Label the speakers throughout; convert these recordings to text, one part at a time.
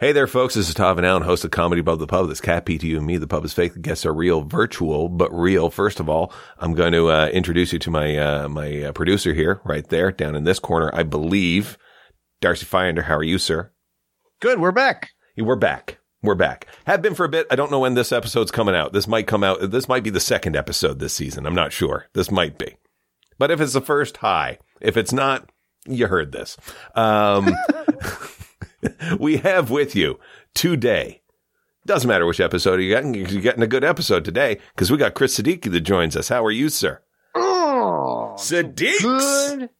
Speaker 1: Hey there, folks. This is Tavin Allen, host of Comedy Above the Pub. This Cat PTU and me. The pub is fake. The guests are real, virtual, but real. First of all, I'm going to uh, introduce you to my uh, my uh, producer here, right there, down in this corner, I believe. Darcy Finder, how are you, sir?
Speaker 2: Good, we're back.
Speaker 1: We're back. We're back. Have been for a bit. I don't know when this episode's coming out. This might come out. This might be the second episode this season. I'm not sure. This might be. But if it's the first, hi. If it's not, you heard this. Um, we have with you today. Doesn't matter which episode you got. You're getting a good episode today because we got Chris Siddiqui that joins us. How are you, sir?
Speaker 2: Oh,
Speaker 1: Siddiqui.
Speaker 2: good.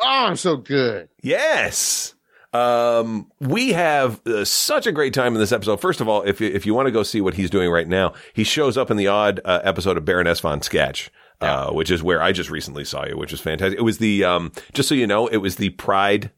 Speaker 2: Oh, I'm so good.
Speaker 1: Yes. Um, we have uh, such a great time in this episode. First of all, if you, if you want to go see what he's doing right now, he shows up in the odd uh, episode of Baroness von Sketch. Uh, which is where I just recently saw you, which is fantastic. It was the, um, just so you know, it was the Pride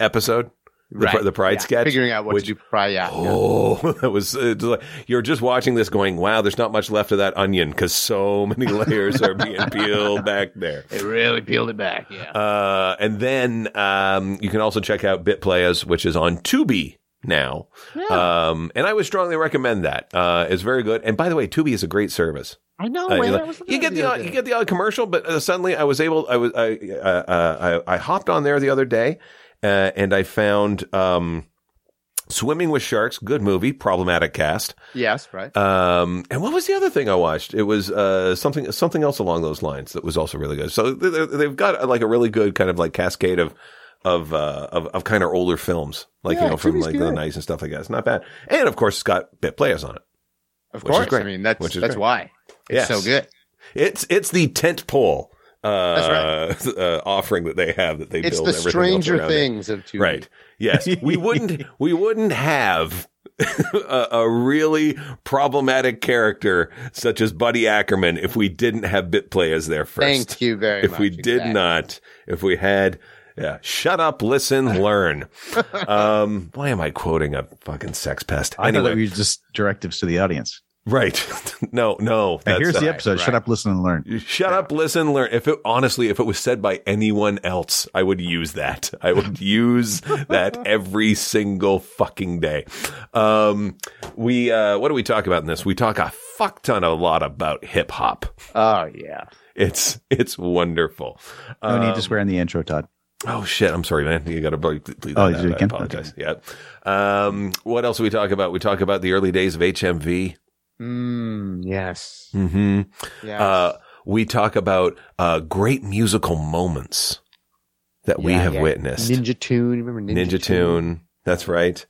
Speaker 1: episode, the, pri- the Pride
Speaker 2: Yeah,
Speaker 1: sketch.
Speaker 2: Figuring out what
Speaker 1: which-
Speaker 2: to do prior. Yeah.
Speaker 1: Oh, that was uh, just like- you're just watching this going, wow, there's not much left of that onion because so many layers are being peeled back there.
Speaker 2: It really peeled it back. Yeah.
Speaker 1: Uh, and then um, you can also check out Bit Players, which is on Tubi now. Um, and I would strongly recommend that. Uh, it's very good. And by the way, Tubi is a great service.
Speaker 2: I know.
Speaker 1: Uh,
Speaker 2: man.
Speaker 1: you
Speaker 2: Oh, I was
Speaker 1: know,
Speaker 2: looking
Speaker 1: you
Speaker 2: at
Speaker 1: get
Speaker 2: it
Speaker 1: the
Speaker 2: other
Speaker 1: odd, you
Speaker 2: day.
Speaker 1: get the odd commercial, but uh, suddenly I was able. I was I uh, uh, I, I hopped on there the other day, uh, and I found um, Swimming with Sharks, good movie, problematic cast.
Speaker 2: yes, right.
Speaker 1: Um, and what was the other thing I watched? It was uh, something something else along those lines that was also really good. So th- th- they've got uh, like a really good kind of like cascade of of uh, of, of kind of older films, like you
Speaker 2: Yeah,
Speaker 1: know from
Speaker 2: Tubi's
Speaker 1: like the
Speaker 2: good.
Speaker 1: nineties and stuff like that. It's not bad, and of course it's got bit players on it.
Speaker 2: of
Speaker 1: which is
Speaker 2: course.
Speaker 1: great.
Speaker 2: I mean, that's
Speaker 1: Which is
Speaker 2: that's
Speaker 1: great.
Speaker 2: why
Speaker 1: Yes.
Speaker 2: it's so good.
Speaker 1: It's it's the tent pole uh,
Speaker 2: That's
Speaker 1: uh, offering that they have that they
Speaker 2: It's
Speaker 1: build
Speaker 2: the
Speaker 1: everything else
Speaker 2: Stranger
Speaker 1: around it.
Speaker 2: Things of two.
Speaker 1: Right. Yes. We wouldn't we wouldn't have a, a really problematic character such as Buddy Ackerman if we didn't have bit play as their first.
Speaker 2: Thank you very
Speaker 1: if
Speaker 2: much.
Speaker 1: we did
Speaker 2: Exactly.
Speaker 1: not, if we had yeah, shut up, listen, learn. um, why am I quoting a fucking sex pest?
Speaker 3: I know
Speaker 1: anyway,
Speaker 3: that we were just directives to the audience.
Speaker 1: right. no, no.
Speaker 3: Now,
Speaker 1: that's
Speaker 3: here's the
Speaker 1: not-
Speaker 3: episode.
Speaker 2: right.
Speaker 3: Shut up, listen, and learn.
Speaker 1: You Shut up, listen, learn. If it honestly, if it was said by anyone else, I would use that. I would use that every single fucking day. Um, we uh, what do we talk about in this? We talk a fuck ton a lot about hip hop.
Speaker 2: Oh yeah.
Speaker 1: It's it's wonderful.
Speaker 3: No need
Speaker 1: Um,
Speaker 3: to swear in the intro, Todd.
Speaker 1: Oh shit! I'm sorry, man. You got to bleep, bleep
Speaker 3: Oh,
Speaker 1: that
Speaker 3: you
Speaker 1: out. I
Speaker 3: can?
Speaker 1: apologize. Yeah. Um, what else do we talk about? We talk about the early days of HMV.
Speaker 2: Mm, yes.
Speaker 1: Mm-hmm.
Speaker 2: Yeah.
Speaker 1: Uh, we talk about uh, great musical moments that we
Speaker 2: Yeah,
Speaker 1: have
Speaker 2: yeah.
Speaker 1: witnessed. Ninja,
Speaker 2: Ninja Tune. Remember Ninja,
Speaker 1: Tune. That's right.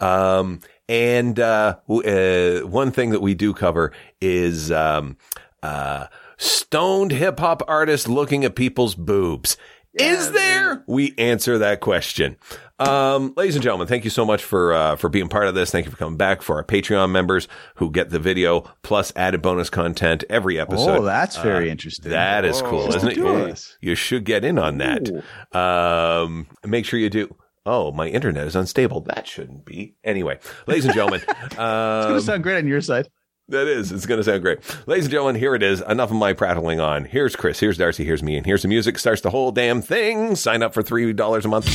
Speaker 1: Um, and uh, w- uh, one thing that we do cover is um, uh, stoned hip hop artists looking at people's boobs. Is there? We answer that question. Um, ladies and gentlemen, thank you so much for uh, for being part of this. Thank you for coming back for our Patreon members who get the video plus added bonus content every episode.
Speaker 3: oh, that's
Speaker 1: uh,
Speaker 3: very interesting.
Speaker 1: That is
Speaker 2: Whoa.
Speaker 1: cool,
Speaker 2: Just
Speaker 1: isn't it?
Speaker 3: Oh. do
Speaker 1: You,
Speaker 3: us.
Speaker 1: you should get in on that. Um, make sure you do. Oh, my internet is unstable. That shouldn't be. Anyway, ladies and gentlemen,
Speaker 3: It's going
Speaker 1: um,
Speaker 3: to sound great on your side.
Speaker 1: that is. It's going to sound great. Ladies and gentlemen, here it is. Enough of my prattling on. Here's Chris. Here's Darcy. Here's me. And here's the music. Starts the whole damn thing. Sign up for $3 a month.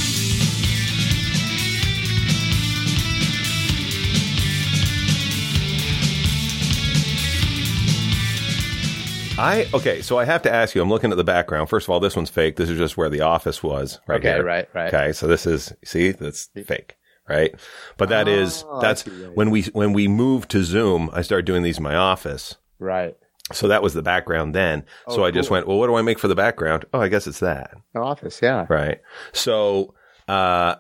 Speaker 1: I, okay, so I have to ask you, I'm looking at the background. First of all, this one's fake. This is just where the office was right
Speaker 2: Okay.
Speaker 1: here.
Speaker 2: Right. Right.
Speaker 1: Okay, so this is see that's fake, right? But that is
Speaker 2: Oh, I
Speaker 1: that's
Speaker 2: see, yeah,
Speaker 1: when we when we moved to Zoom, I started doing these in my office.
Speaker 2: Right.
Speaker 1: So that was the background then. so
Speaker 2: Oh,
Speaker 1: I just
Speaker 2: cool.
Speaker 1: went, well, what do I make for the background? Oh, I guess it's that,
Speaker 2: Office. Yeah.
Speaker 1: right? So uh,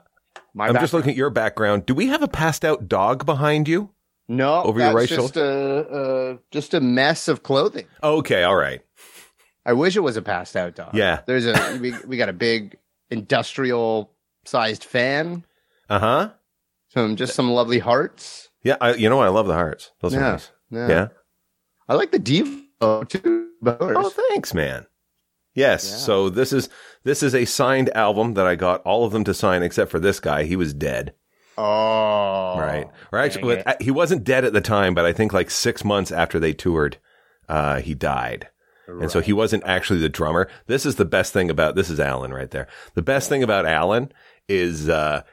Speaker 2: My
Speaker 1: I'm
Speaker 2: back-
Speaker 1: just looking at your background. Do we have a passed out dog behind you?
Speaker 2: no
Speaker 1: over your
Speaker 2: that's
Speaker 1: right
Speaker 2: Just a uh, just a mess of clothing.
Speaker 1: Okay, all right.
Speaker 2: I wish it was a passed out dog.
Speaker 1: Yeah.
Speaker 2: There's a we, we got a big industrial sized fan,
Speaker 1: Uh huh.
Speaker 2: some just some lovely hearts.
Speaker 1: Yeah, I, you know what? I love the hearts. Those are
Speaker 2: Yeah.
Speaker 1: nice. Yeah.
Speaker 2: I like the Devo too. but ours.
Speaker 1: Oh, thanks, man. Yes.
Speaker 2: Yeah.
Speaker 1: So this is this is a signed album that I got all of them to sign except for this guy. He was dead.
Speaker 2: Oh.
Speaker 1: Right. Or actually,
Speaker 2: dang it.
Speaker 1: well, he wasn't dead at the time, but I think like six months after they toured, uh, he died. And so he wasn't actually the drummer. This is the best thing about this is Alan right there. The best thing about Alan is uh,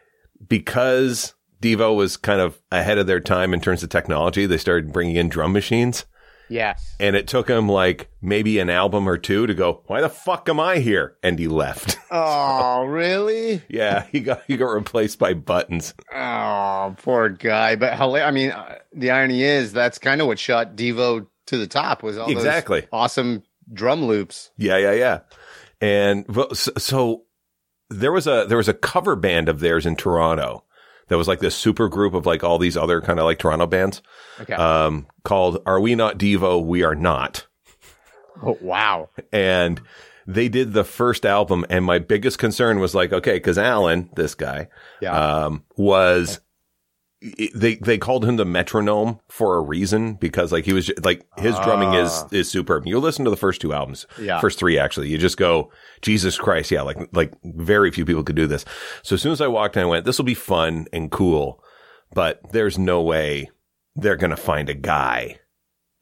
Speaker 1: because Devo was kind of ahead of their time in terms of technology. They started bringing in drum machines,
Speaker 2: Yes.
Speaker 1: and it took him like maybe an album or two to go, "Why the fuck am I here?" And he left.
Speaker 2: Oh, really?
Speaker 1: yeah, he got he got replaced by buttons.
Speaker 2: Oh, poor guy. But hila- I mean, uh, the irony is that's kind of what shot Devo to the top was all those
Speaker 1: exactly.
Speaker 2: awesome drum loops.
Speaker 1: Yeah, yeah, yeah. And vo- so, so there was a there was a cover band of theirs in Toronto that was like this super group of like all these other kind of like Toronto bands
Speaker 2: Okay.
Speaker 1: um, called "Are We Not Devo? We Are Not,"
Speaker 2: oh, wow.
Speaker 1: and they did the first album. And my biggest concern was like, okay, because Alan, this guy,
Speaker 2: Yeah.
Speaker 1: um, was. i- They they called him the metronome for a reason because like he was ju- like his drumming is
Speaker 2: Ah.
Speaker 1: is superb. You listen to the first two albums,
Speaker 2: yeah.
Speaker 1: first three actually. You just go, Jesus Christ, yeah, like like very few people could do this. So as soon as I walked in, I went, this will be fun and cool, but there's no way they're gonna find a guy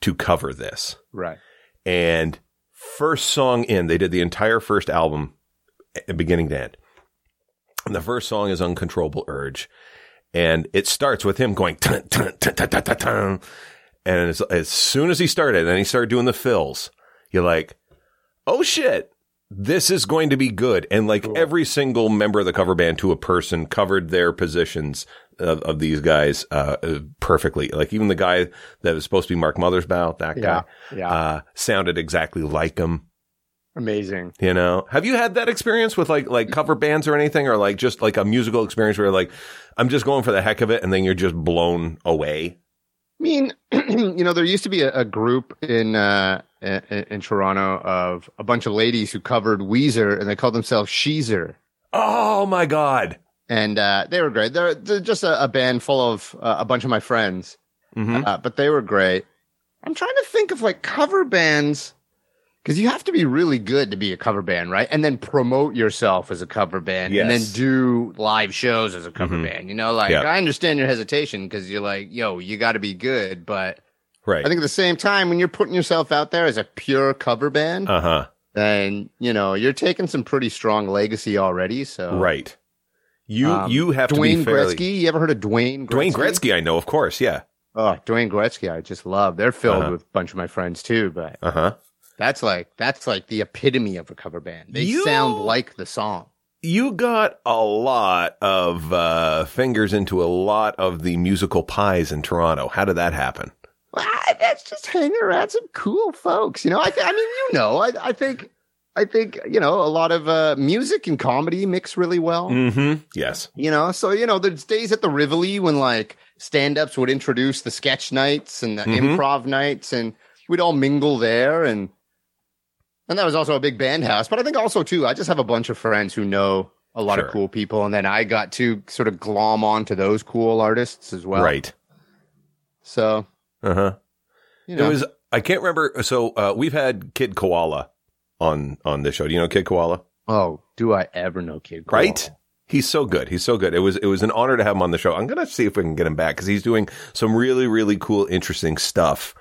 Speaker 1: to cover this.
Speaker 2: right.
Speaker 1: And first song in, they did the entire first album, eh, beginning to end. And the first song is Uncontrollable Urge. And it starts with him going, "Tun, tun, tun, tun, tun, tun, tun." and as, as soon as he started, and he started doing the fills, you're like, oh shit, this is going to be good. And like
Speaker 2: Cool.
Speaker 1: every single member of the cover band to a person covered their positions of, of these guys uh, uh, perfectly. Like even the guy that was supposed to be Mark Mothersbaugh, that guy,
Speaker 2: Yeah. Yeah.
Speaker 1: uh, sounded exactly like him.
Speaker 2: Amazing.
Speaker 1: You know, have you had that experience with like like cover bands or anything, or like just like a musical experience where you're like I'm just going for the heck of it, and then you're just blown away?
Speaker 2: I mean, you know, there used to be a, a group in, uh, in in Toronto of a bunch of ladies who covered Weezer and they called themselves Sheezer.
Speaker 1: Oh my god!
Speaker 2: And uh, they were great. They're, they're just a, a band full of uh, a bunch of my friends.
Speaker 1: Mhm.
Speaker 2: uh, but they were great. I'm trying to think of like cover bands because you have to be really good to be a cover band, right? And then promote yourself as a cover band, and then
Speaker 1: Yes.
Speaker 2: do live shows as a cover
Speaker 1: Mhm.
Speaker 2: band. You know, like
Speaker 1: Yeah.
Speaker 2: I understand your hesitation because you're like, yo, you got to be good, but
Speaker 1: Right.
Speaker 2: I think at the same time, when you're putting yourself out there as a pure cover band,
Speaker 1: Uh huh.
Speaker 2: then you know you're taking some pretty strong legacy already. So
Speaker 1: Right. You
Speaker 2: uh, Um,
Speaker 1: you have to
Speaker 2: Dwayne
Speaker 1: be fairly.
Speaker 2: Gretzky, you ever heard of Dwayne?
Speaker 1: Dwayne
Speaker 2: Gretzky?
Speaker 1: Gretzky, I know, of course. Yeah.
Speaker 2: Oh, Dwayne Gretzky, I just love. They're filled
Speaker 1: Uh-huh.
Speaker 2: with a bunch of my friends too, but
Speaker 1: Uh huh.
Speaker 2: That's like that's like the epitome of a cover band. They
Speaker 1: You-
Speaker 2: sound like the song.
Speaker 1: You got a lot of uh, fingers into a lot of the musical pies in Toronto. How did that happen?
Speaker 2: Well, I- Ah, that's just hanging around some cool folks, you know. I, th- I mean, you know, I, I think, I think, you know, a lot of uh, music and comedy mix really well,
Speaker 1: Mm-hmm. Yes.
Speaker 2: you know. So you know, there's days at the Rivoli when like stand-ups would introduce the sketch nights and the
Speaker 1: Mhm.
Speaker 2: improv nights, and we'd all mingle there, and and that was also a big band house. But I think also too, I just have a bunch of friends who know a lot
Speaker 1: Sure.
Speaker 2: of cool people, and then I got to sort of glom onto those cool artists as well.
Speaker 1: right.
Speaker 2: So
Speaker 1: Uh huh.
Speaker 2: you
Speaker 1: It
Speaker 2: know,
Speaker 1: was I can't remember. So uh, we've had Kid Koala on on this show. Do you know Kid Koala?
Speaker 2: oh, do I ever know Kid? Koala?
Speaker 1: Right? He's so good. He's so good. It was it was an honor to have him on the show. I'm gonna see if we can get him back because he's doing some really really cool interesting stuff.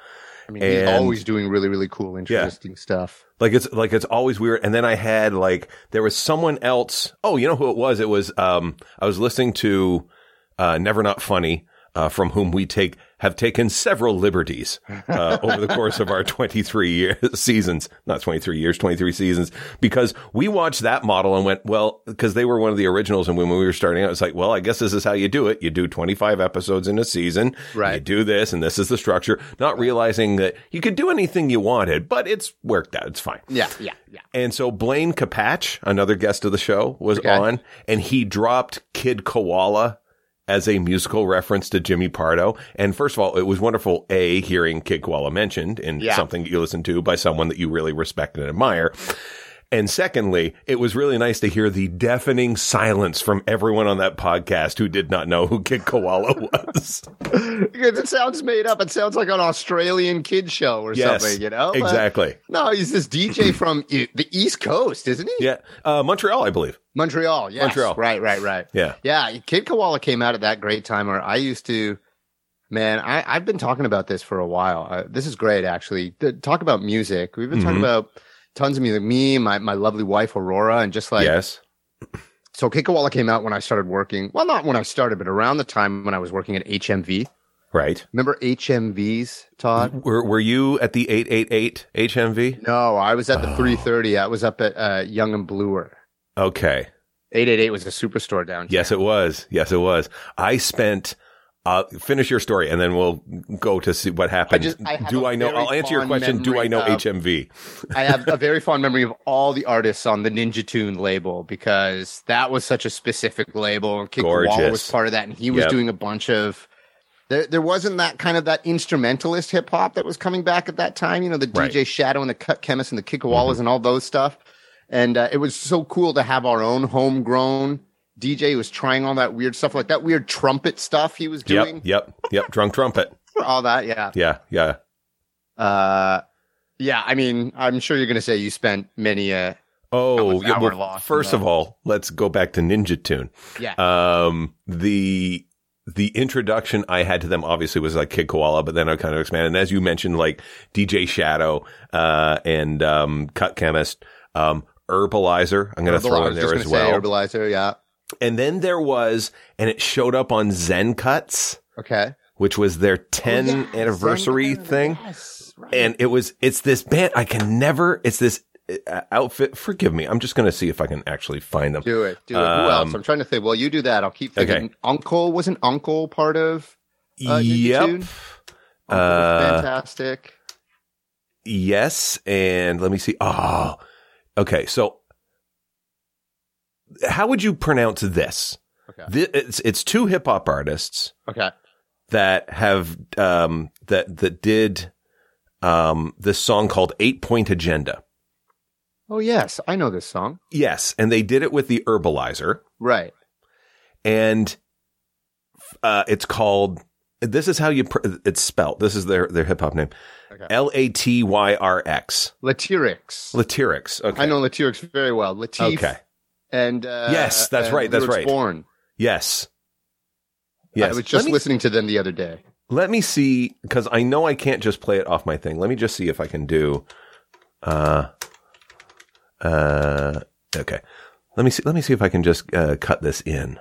Speaker 2: I mean, he's
Speaker 1: And-
Speaker 2: always doing really, really cool, interesting stuff.
Speaker 1: Like it's like it's always weird. And then I had like there was someone else. Oh, you know who it was? It was um I was listening to uh Never Not Funny. Uh, from whom we take have taken several liberties uh, over the course of our 23 year, seasons, not 23 years, 23 seasons, because we watched that model and went, well, because they were one of the originals. And when we were starting out, it's like, well, I guess this is how you do it. You do 25 episodes in a season.
Speaker 2: Right.
Speaker 1: You do this and this is the structure, not realizing that you could do anything you wanted, but it's worked out. It's fine.
Speaker 2: Yeah, yeah, yeah.
Speaker 1: And so Blaine Capatch, another guest of the show, was
Speaker 2: Okay.
Speaker 1: on and he dropped Kid Koala as a musical reference to Jimmy Pardo. And first of all, it was wonderful, A, hearing Kid Koala mentioned in
Speaker 2: Yeah.
Speaker 1: something that you listen to by someone that you really respect and admire. And secondly, it was really nice to hear the deafening silence from everyone on that podcast who did not know who Kid Koala was.
Speaker 2: Because it sounds made up. It sounds like an Australian kid show or
Speaker 1: Yes,
Speaker 2: something, you know? But-
Speaker 1: exactly.
Speaker 2: no, he's this DJ from e- the East Coast, isn't he?
Speaker 1: Yeah. Uh, Montreal, I believe.
Speaker 2: Montreal. Yes.
Speaker 1: Montreal.
Speaker 2: Right, right, right.
Speaker 1: Yeah.
Speaker 2: Yeah, Kid Koala came out at that great time where I used to, man, I, I've been talking about this for a while. Uh, this is great, actually. The, talk about music. We've been
Speaker 1: Mhm.
Speaker 2: talking about tons of music. Me, my, my lovely wife, Aurora, and just like
Speaker 1: yes.
Speaker 2: So Kikawala came out when I started working. Well, not when I started, but around the time when I was working at HMV.
Speaker 1: Right.
Speaker 2: Remember HMVs, Todd?
Speaker 1: Were, were you at the 888 HMV?
Speaker 2: No, I was at the
Speaker 1: Oh.
Speaker 2: 330. I was up at uh, Young and Bluer.
Speaker 1: Okay.
Speaker 2: 888 was a superstore down. here.
Speaker 1: Yes, it was. Yes, it was. I spent. Uh, finish your story, and then we'll go to see what happened.
Speaker 2: just- I have
Speaker 1: do
Speaker 2: a
Speaker 1: I know?
Speaker 2: very
Speaker 1: I'll answer your
Speaker 2: fond
Speaker 1: question. Do
Speaker 2: memory
Speaker 1: I know
Speaker 2: of-
Speaker 1: HMV?
Speaker 2: I have a very fond memory of all the artists on the Ninja Tune label because that was such a specific label. And Kick Wall was
Speaker 1: Gorgeous.
Speaker 2: part of that, and he was
Speaker 1: Yep.
Speaker 2: doing a bunch of. There, there wasn't that kind of that instrumentalist hip hop that was coming back at that time. You know, the
Speaker 1: Right. Mm-hmm.
Speaker 2: DJ Shadow and the Cut Chemist and the Kikawalas and all those stuff. And uh, it was so cool to have our own homegrown DJ who was trying all that weird stuff, like that weird trumpet stuff he was doing.
Speaker 1: Yep, yep, yep. Drunk trumpet.
Speaker 2: All that, yeah.
Speaker 1: Yeah, yeah.
Speaker 2: Uh, yeah, I mean, I'm sure you're going to say you spent many uh,
Speaker 1: Oh,
Speaker 2: was
Speaker 1: yeah,
Speaker 2: our
Speaker 1: well,
Speaker 2: loss in
Speaker 1: first
Speaker 2: that.
Speaker 1: of all, let's go back to Ninja Tune.
Speaker 2: Yeah.
Speaker 1: Um, the the introduction I had to them obviously was like Kid Koala, but then I kind of expanded. And as you mentioned, like DJ Shadow uh, and um, Cut Chemist, um, Herbalizer. I'm going to
Speaker 2: Herbalizer,
Speaker 1: throw
Speaker 2: I
Speaker 1: in
Speaker 2: was
Speaker 1: there
Speaker 2: just
Speaker 1: as
Speaker 2: gonna
Speaker 1: well.
Speaker 2: say Herbalizer, yeah.
Speaker 1: and then there was, and it showed up on Zen Cuts,
Speaker 2: Okay.
Speaker 1: which was their 10
Speaker 2: Oh, yeah,
Speaker 1: anniversary
Speaker 2: Zen-
Speaker 1: thing
Speaker 2: Yes, right.
Speaker 1: and it was it's this band I can never it's this uh, outfit. Forgive me, I'm just gonna see if I can actually find them.
Speaker 2: do it, do it.
Speaker 1: Um,
Speaker 2: Who else? I'm trying to think. Well, you do that. I'll keep thinking. Uncle wasn't Uncle part of. Uh, Ninja
Speaker 1: yep.
Speaker 2: Tune? Uncle was
Speaker 1: Uh,
Speaker 2: fantastic.
Speaker 1: yes, and let me see. Oh, okay. So, how would you pronounce this?
Speaker 2: Okay.
Speaker 1: Thi- it's it's two hip hop artists
Speaker 2: Okay.
Speaker 1: that have um that that did um this song called Eight Point Agenda.
Speaker 2: Oh yes, I know this song.
Speaker 1: Yes, and they did it with the Herbalizer.
Speaker 2: Right.
Speaker 1: and uh, it's called. This is how you pr- it's spelt. This is their their hip hop name.
Speaker 2: Okay.
Speaker 1: L A T Y R X.
Speaker 2: Latyrix.
Speaker 1: Latyrix. Okay.
Speaker 2: I know Latyrix very well. Latif.
Speaker 1: Okay.
Speaker 2: And uh,
Speaker 1: Yes, that's
Speaker 2: and
Speaker 1: right, that's
Speaker 2: Lyrix
Speaker 1: right.
Speaker 2: Born.
Speaker 1: Yes. Yes.
Speaker 2: I was just
Speaker 1: let, me,
Speaker 2: listening to them the other day.
Speaker 1: let me see because I know I can't just play it off my thing. Let me just see if I can do. Uh. Uh. Okay. Let me see. Let me see if I can just uh, cut this in,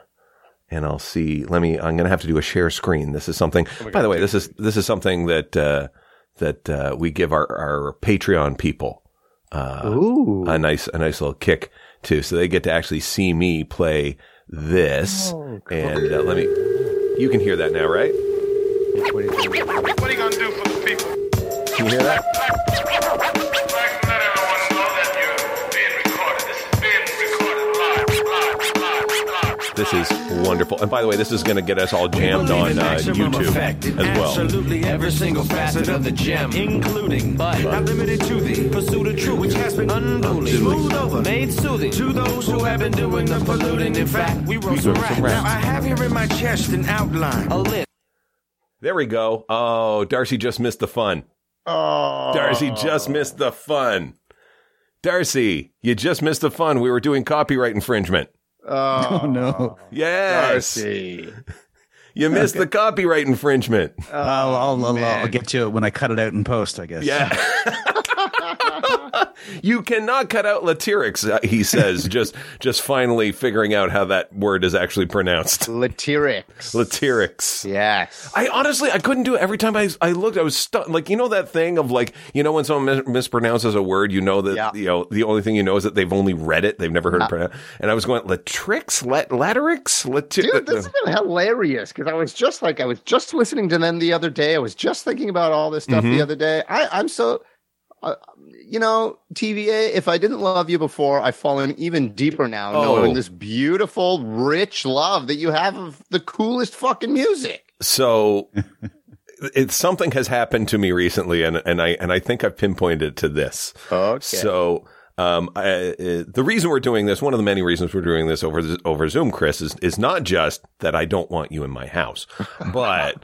Speaker 1: and I'll see. Let me. I'm gonna have to do a share screen. This is something. By the way, this is this is something that uh, that uh, we give our, our Patreon people uh,
Speaker 2: Ooh.
Speaker 1: a nice a nice little kick too, so they get to actually see me play this. and uh, let me, you can hear that now, right?
Speaker 4: What are you gonna do for the people?
Speaker 1: Can you hear that?
Speaker 4: Like, let everyone know that you're being recorded. This is being recorded live, live, live, live.
Speaker 1: This is wonderful. And by the way, this is going to get us all jammed on uh,
Speaker 5: Maximum
Speaker 1: YouTube
Speaker 5: effect in
Speaker 1: as well.
Speaker 5: Absolutely every single facet of the gem, including but not limited to the pursuit of truth, which has been unduly smoothed over, made soothing to those who have been doing the polluting. In fact, we wrote some rap. Now I have here in my chest an outline, a list.
Speaker 1: There we go. Oh, Darcy just missed the fun.
Speaker 2: Oh.
Speaker 1: Darcy just missed the fun. Darcy, you just missed the fun. We were doing copyright infringement.
Speaker 2: Oh,
Speaker 3: Oh, no.
Speaker 1: Yes.
Speaker 2: Darcy.
Speaker 1: You missed the copyright infringement.
Speaker 3: I'll, I'll, I'll, I'll
Speaker 2: man.
Speaker 3: get you when I cut it out in post, I guess.
Speaker 1: you cannot cut out latyrix, uh, he says, just just finally figuring out how that word is actually pronounced.
Speaker 2: Latyrix.
Speaker 1: Latyrix.
Speaker 2: Yes.
Speaker 1: I honestly I couldn't do it every time I I looked I was stuck like you know that thing of like you know when someone mis- mispronounces a word you know that
Speaker 2: Yeah.
Speaker 1: you know the only thing you know is that they've only read it they've never heard it pronounced and I was going latrix lat laterix laty-
Speaker 2: Dude, this has been hilarious because I was just like, I was just listening to them the other day. I was just thinking about all this stuff
Speaker 1: Mm-hmm.
Speaker 2: the other day. I, I'm so, uh, you know, TVA, if I didn't love you before, I've fallen even deeper now,
Speaker 1: Oh.
Speaker 2: knowing this beautiful, rich love that you have of the coolest fucking music.
Speaker 1: So it's something has happened to me recently, and and I and I think I've pinpointed it to this.
Speaker 2: Okay.
Speaker 1: So. Um, I, uh, the reason we're doing this, one of the many reasons we're doing this over over Zoom, Chris, is is not just that I don't want you in my house, but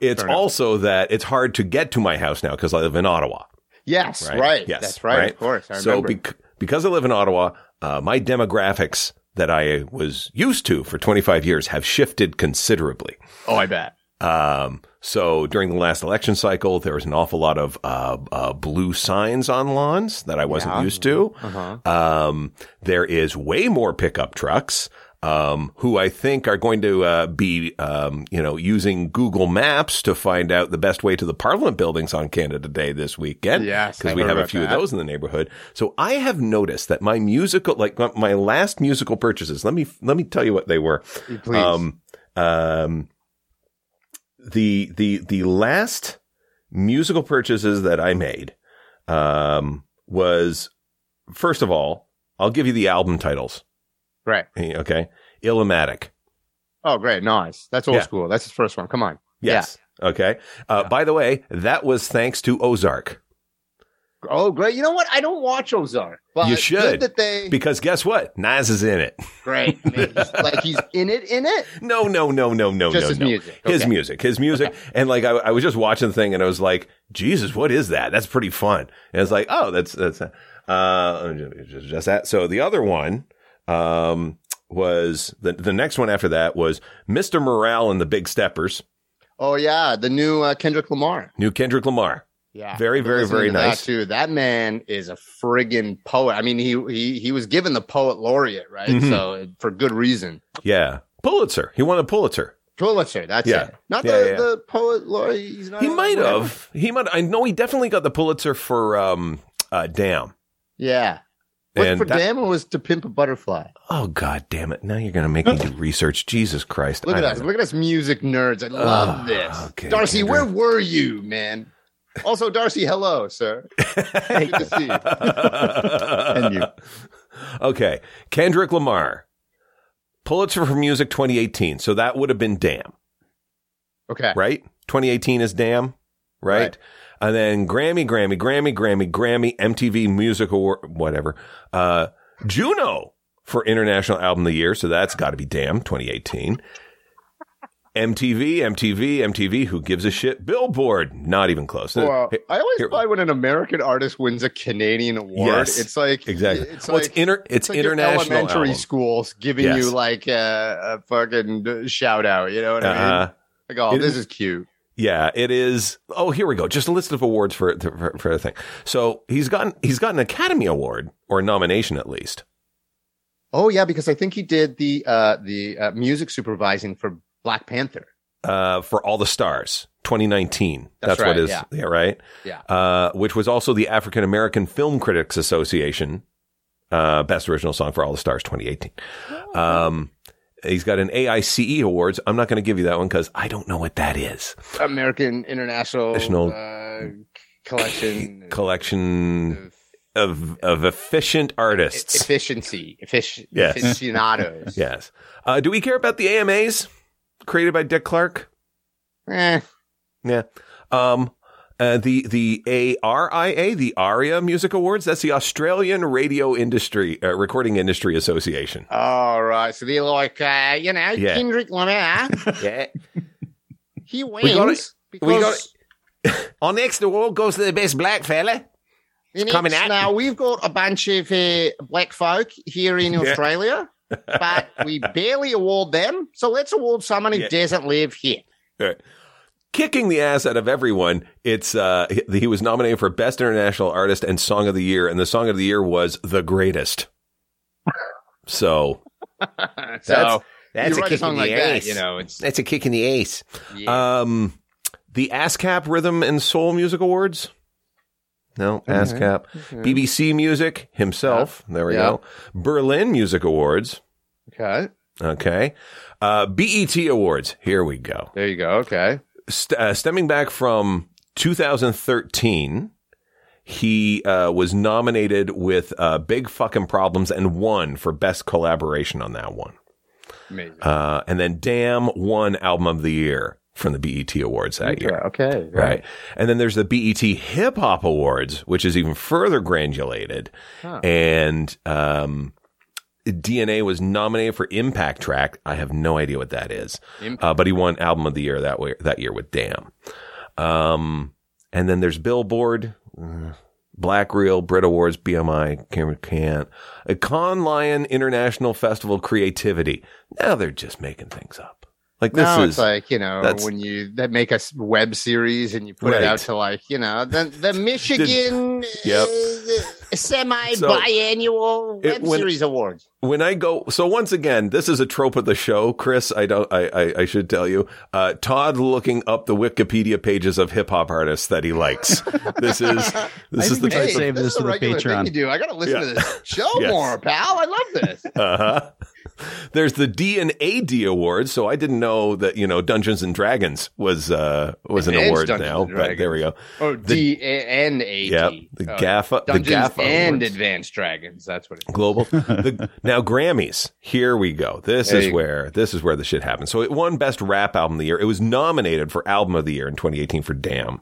Speaker 1: it's also that it's hard to get to my house now because I live in Ottawa.
Speaker 2: yes,
Speaker 1: Right.
Speaker 2: right.
Speaker 1: Yes,
Speaker 2: That's right,
Speaker 1: right.
Speaker 2: Of course. I
Speaker 1: So
Speaker 2: remember.
Speaker 1: bec- because I live in Ottawa, uh, my demographics that I was used to for 25 years have shifted considerably.
Speaker 2: oh, I bet.
Speaker 1: Um, so during the last election cycle, there was an awful lot of uh, uh, blue signs on lawns that I wasn't used to.
Speaker 2: Uh-huh.
Speaker 1: Um, there is way more pickup trucks. Um, who I think are going to uh, be, um, you know, using Google Maps to find out the best way to the Parliament buildings on Canada Day this weekend.
Speaker 2: Yes,
Speaker 1: because
Speaker 2: I've
Speaker 1: we
Speaker 2: heard
Speaker 1: have a
Speaker 2: about
Speaker 1: few of
Speaker 2: that.
Speaker 1: those in the neighborhood. So I have noticed that my musical, like my- my last musical purchases. Let me let me tell you what they were.
Speaker 2: Please.
Speaker 1: Um, um, the the the last musical purchases that I made um, was first of all, I'll give you the album titles.
Speaker 2: right.
Speaker 1: Eh, Okay, Illumatic.
Speaker 2: Oh, great. Nice. That's old
Speaker 1: Yeah.
Speaker 2: school. That's his first one. Come on.
Speaker 1: Yes. Okay. Uh, By the way, that was thanks to Ozark
Speaker 2: Oh, great. You know what? I don't watch Ozark. But
Speaker 1: You
Speaker 2: it's
Speaker 1: should.
Speaker 2: Good that they.
Speaker 1: because guess what? Nas is in it.
Speaker 2: great. I mean, he's- like he's in it, in it.
Speaker 1: No, no, no, no, no,
Speaker 2: Just
Speaker 1: no,
Speaker 2: his
Speaker 1: no.
Speaker 2: music.
Speaker 1: His
Speaker 2: Okay.
Speaker 1: music, his music, and like I, I was just watching the thing, and I was like, Jesus, what is that? That's pretty fun. And it's like, oh, that's that's uh, just, just that. So the other one um, was the the next one after that was Mr. Morale and the Big Steppers,
Speaker 2: Oh, yeah. The new uh, Kendrick Lamar.
Speaker 1: new Kendrick Lamar.
Speaker 2: Yeah.
Speaker 1: Very,
Speaker 2: But
Speaker 1: very,
Speaker 2: listening
Speaker 1: very
Speaker 2: to that,
Speaker 1: nice.
Speaker 2: too. That man is a friggin' poet. I mean, he he he was given the poet laureate, right?
Speaker 1: Mhm.
Speaker 2: So for good reason.
Speaker 1: Yeah, Pulitzer. He won a Pulitzer.
Speaker 2: Pulitzer, that's
Speaker 1: Yeah.
Speaker 2: it. Not
Speaker 1: Yeah,
Speaker 2: the,
Speaker 1: yeah.
Speaker 2: the poet laureate. He's not
Speaker 1: He
Speaker 2: a-
Speaker 1: might
Speaker 2: whatever.
Speaker 1: have. He might. I know he definitely got the Pulitzer for um, uh, Damn.
Speaker 2: Yeah. What
Speaker 1: And
Speaker 2: for
Speaker 1: that-
Speaker 2: damn was to pimp a butterfly.
Speaker 1: Oh God damn it! Now you're gonna make me do research. Jesus Christ!
Speaker 2: Look
Speaker 1: I
Speaker 2: at
Speaker 1: don't
Speaker 2: us.
Speaker 1: know.
Speaker 2: Look at us music nerds. I love
Speaker 1: Oh,
Speaker 2: this.
Speaker 1: okay,
Speaker 2: Darcy,
Speaker 1: Andrew.
Speaker 2: where were you, man? Also, Darcy, hello, sir. Good to see you.
Speaker 1: and
Speaker 3: you.
Speaker 1: Okay. Kendrick Lamar. Pulitzer for Music 2018. So that would have been Damn,
Speaker 2: Okay.
Speaker 1: right? 2018 is Damn, right?
Speaker 2: Right.
Speaker 1: And then Grammy, Grammy, Grammy, Grammy, Grammy, MTV Music Award, whatever. Uh, Juno for International Album of the Year. So that's got to be Damn 2018. MTV, MTV, MTV, who gives a shit? Billboard, not even close.
Speaker 2: Well,
Speaker 1: Here-
Speaker 2: I always
Speaker 1: here-
Speaker 2: find when an American artist wins a Canadian award,
Speaker 1: Yes,
Speaker 2: it's like
Speaker 1: Exactly.
Speaker 2: It's
Speaker 1: It's well,
Speaker 2: like,
Speaker 1: it's inter, it's,
Speaker 2: it's like your
Speaker 1: international.
Speaker 2: elementary
Speaker 1: album.
Speaker 2: schools giving
Speaker 1: Yes.
Speaker 2: you like a, a fucking shout out. You know what I mean?
Speaker 1: Uh,
Speaker 2: Like, oh,
Speaker 1: It-
Speaker 2: this is cute.
Speaker 1: yeah, it is. Oh, here we go. Just a list of awards for for, for the thing. So he's gotten he's got an Academy Award or a nomination at least.
Speaker 2: Oh yeah, because I think he did the uh, the uh, music supervising for Black Panther.
Speaker 1: Uh, for all the stars, 2019.
Speaker 2: That's
Speaker 1: what
Speaker 2: right,
Speaker 1: is
Speaker 2: yeah.
Speaker 1: yeah right
Speaker 2: Yeah.
Speaker 1: Uh, which was also the African American Film Critics Association uh, best original song for all the stars 2018.
Speaker 2: Oh.
Speaker 1: Um, he's got an AICE E awards. I'm not going to give you that one because I don't know what that is.
Speaker 2: American International
Speaker 1: National-
Speaker 2: uh, Collection
Speaker 1: Collection
Speaker 2: of
Speaker 1: of of efficient artists.
Speaker 2: Efficiency. Effic-
Speaker 1: Yes.
Speaker 2: Aficionados.
Speaker 1: yes. Uh, do we care about the AMAs created by Dick Clark?
Speaker 2: Eh,
Speaker 1: Yeah. Um, uh, the the ARIA, the ARIA Music Awards. That's the Australian Radio Industry uh, Recording Industry Association.
Speaker 2: all right. So they're like, uh, you know,
Speaker 1: Yeah.
Speaker 2: Kendrick Lamar,
Speaker 1: Yeah.
Speaker 2: he wins
Speaker 1: got
Speaker 2: because
Speaker 1: we got Our next award goes to the best black fella.
Speaker 2: the next-
Speaker 1: coming out.
Speaker 2: now we've got a bunch of uh, black folk here in Australia, but we barely award them. So let's award someone who
Speaker 1: Yeah.
Speaker 2: doesn't live here.
Speaker 1: Kicking the ass out of everyone. It's uh, he, he was nominated for Best International Artist and Song of the Year, and the Song of the Year was "The Greatest." So
Speaker 2: so
Speaker 1: that's
Speaker 2: you write a song like that, you know, it's
Speaker 1: That's a kick in the ace.
Speaker 2: yeah.
Speaker 1: Um, the ASCAP Rhythm and Soul Music Awards. No,
Speaker 2: Mm-hmm.
Speaker 1: ASCAP. BBC Music himself. There we
Speaker 2: Yeah.
Speaker 1: go. Berlin Music Awards.
Speaker 2: okay.
Speaker 1: Okay. Uh, BET Awards. Here we go.
Speaker 2: There you go. Okay.
Speaker 1: St- uh, stemming back from 2013, he uh, was nominated with uh, Big Fucking Problems and won for Best Collaboration on that one.
Speaker 2: Amazing.
Speaker 1: Uh, and then Damn won Album of the Year from the BET Awards that year.
Speaker 2: Okay.
Speaker 1: Right. And then there's the BET Hip Hop Awards, which is even further granulated.
Speaker 2: Huh.
Speaker 1: And um, DNA was nominated for Impact Track. I have no idea what that is.
Speaker 2: Impact.
Speaker 1: Uh, but he won Album of the Year that way, that year with Damn. Um, and then there's Billboard, uh, Black Reel, Brit Awards, BMI, Cameron Can, a Con Lion International Festival of Creativity. Now they're just making things up. Like this
Speaker 2: Now
Speaker 1: is
Speaker 2: it's like you know
Speaker 1: that's-
Speaker 2: when you that make a s- web series and you put
Speaker 1: Right.
Speaker 2: it out to like you know the the Michigan
Speaker 1: Yep.
Speaker 2: semi biannual
Speaker 1: it
Speaker 2: web
Speaker 1: went-
Speaker 2: series awards.
Speaker 1: when I go. So once again, this is a trope of the show, Chris. I don't. I I, I should tell you. Uh, Todd looking up the Wikipedia pages of hip hop artists that he likes. this is this is the
Speaker 3: think we should
Speaker 1: type of
Speaker 3: save this
Speaker 2: is a
Speaker 3: to the
Speaker 2: regular thing
Speaker 3: Patreon.
Speaker 2: you do. I gotta listen
Speaker 1: Yeah.
Speaker 2: to this show
Speaker 1: Yes.
Speaker 2: more, pal. I love this.
Speaker 1: Uh-huh. There's the D and AD awards, so I didn't know that you know Dungeons and Dragons was uh was an
Speaker 2: Advanced
Speaker 1: award
Speaker 2: Dungeons
Speaker 1: now.
Speaker 2: and
Speaker 1: But there we go.
Speaker 2: Oh, D A N A
Speaker 1: Yeah,
Speaker 2: D.
Speaker 1: the
Speaker 2: Oh,
Speaker 1: GAFA, the
Speaker 2: Dungeons
Speaker 1: GAFA
Speaker 2: and
Speaker 1: awards.
Speaker 2: Advanced Dragons. That's what it is.
Speaker 1: global. The, now Grammys. Here we go. This
Speaker 2: There
Speaker 1: is
Speaker 2: you go.
Speaker 1: where this is where the shit happens. So it won best rap album of the year. It was nominated for album of the year in 2018 for Damn.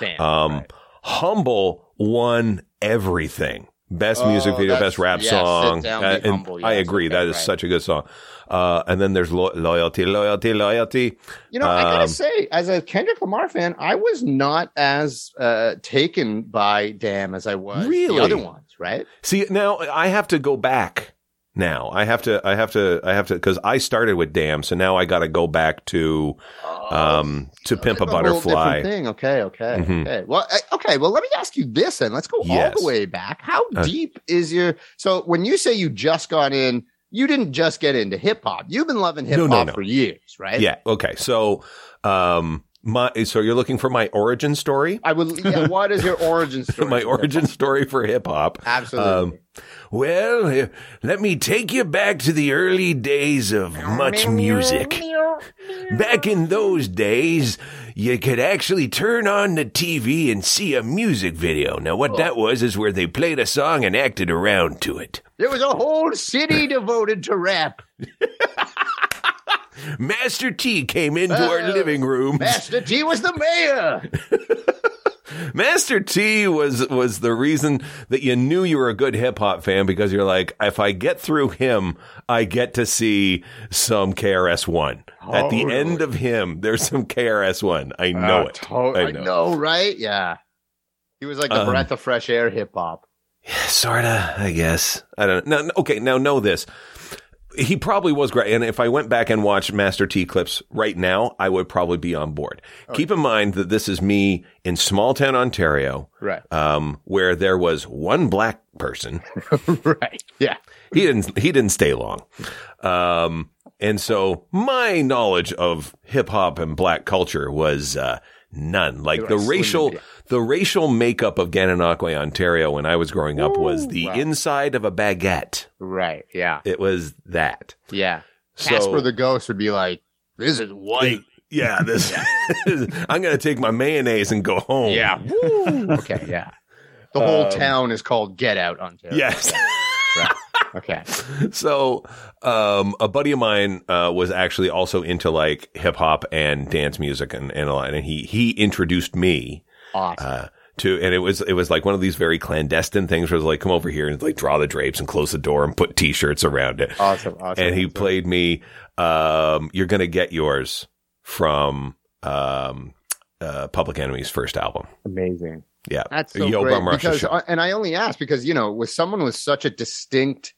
Speaker 2: Damn.
Speaker 1: Um,
Speaker 2: right.
Speaker 1: Humble won everything. Best music
Speaker 2: Oh,
Speaker 1: video,
Speaker 2: that's-
Speaker 1: best rap
Speaker 2: yeah,
Speaker 1: song.
Speaker 2: Sit Down, Be
Speaker 1: Uh, and
Speaker 2: Humble,
Speaker 1: I
Speaker 2: yes,
Speaker 1: agree.
Speaker 2: okay,
Speaker 1: that is
Speaker 2: right.
Speaker 1: such a good song. Uh, and then there's lo- loyalty, loyalty, loyalty.
Speaker 2: You know, I
Speaker 1: Um,
Speaker 2: gotta say, as a Kendrick Lamar fan, I was not as uh, taken by Damn as I was
Speaker 1: Really?
Speaker 2: the other ones, right?
Speaker 1: See, now I have to go back. Now I have to, I have to, I have to, because I started with Damn, so now I got to go back to, um, to Pimp a
Speaker 2: Oh, That's whole different
Speaker 1: Butterfly.
Speaker 2: thing. Okay, okay,
Speaker 1: Mhm.
Speaker 2: okay. Well, I- okay. Well, let me ask you this, and let's go
Speaker 1: Yes.
Speaker 2: all the way back. How
Speaker 1: Uh,
Speaker 2: deep is your? So when you say you just got in, you didn't just get into hip hop. You've been loving hip
Speaker 1: No,
Speaker 2: hop
Speaker 1: no, no.
Speaker 2: for years, right?
Speaker 1: Yeah. Okay. So, um, my so you're looking for my origin story.
Speaker 2: I would. Yeah, what is your origin story?
Speaker 1: my
Speaker 2: for hip-hop?
Speaker 1: origin Um, story for hip hop.
Speaker 2: Absolutely.
Speaker 1: well, eh, let me take you back to the early days of much music. Back in those days, you could actually turn on the TV and see a music video. Now, what that was is where they played a song and acted around to it.
Speaker 2: there was a whole city devoted to rap.
Speaker 1: Master T came into our
Speaker 2: Oh,
Speaker 1: living room.
Speaker 2: Master T was the mayor.
Speaker 1: Master T was was the reason that you knew you were a good hip hop fan because you're like, if I get through him, I get to see some KRS One. At the
Speaker 2: Totally.
Speaker 1: end of him, there's some KRS One. I know
Speaker 2: Oh,
Speaker 1: it.
Speaker 2: to-
Speaker 1: I
Speaker 2: I
Speaker 1: know.
Speaker 2: know. right? Yeah. He was like the
Speaker 1: Um,
Speaker 2: breath of fresh air hip hop.
Speaker 1: Sorta, I guess. I don't know. Now, okay, now know this. He probably was great. And if I went back and watched Master T clips right now, I would probably be on board.
Speaker 2: Oh,
Speaker 1: Keep in mind that this is me in small town Ontario,
Speaker 2: Right.
Speaker 1: um, where there was one black person.
Speaker 2: right. Yeah.
Speaker 1: he didn't he didn't stay long um and so my knowledge of hip hop and black culture was uh none like
Speaker 2: Right,
Speaker 1: the
Speaker 2: slim,
Speaker 1: racial
Speaker 2: yeah.
Speaker 1: the racial makeup of gananoque ontario when i was growing up was the
Speaker 2: wow.
Speaker 1: inside of a baguette
Speaker 2: Right. Yeah.
Speaker 1: it was that
Speaker 2: Yeah.
Speaker 1: so
Speaker 2: Casper the Ghost would be like, this is white.
Speaker 1: yeah this i'm gonna take my mayonnaise and go home
Speaker 2: Yeah. Woo. okay. Yeah. The whole
Speaker 1: Um,
Speaker 2: town is called Get Out Ontario.
Speaker 1: yes
Speaker 2: Okay.
Speaker 1: So, um, a buddy of mine uh, was actually also into like hip hop and dance music and, and a lot, and he he introduced me
Speaker 2: Awesome.
Speaker 1: uh, to, and it was it was like one of these very clandestine things where it was like, come over here and like draw the drapes and close the door and put t-shirts around it,
Speaker 2: awesome. Awesome.
Speaker 1: and he
Speaker 2: awesome.
Speaker 1: played me, um, "You're gonna get yours" from um, uh, Public Enemy's first album.
Speaker 2: Amazing.
Speaker 1: Yeah,
Speaker 2: That's so
Speaker 1: Yo,
Speaker 2: great.
Speaker 1: Bum Rush
Speaker 2: because,
Speaker 1: Show.
Speaker 2: uh, and I only asked because you know, with someone with such a distinct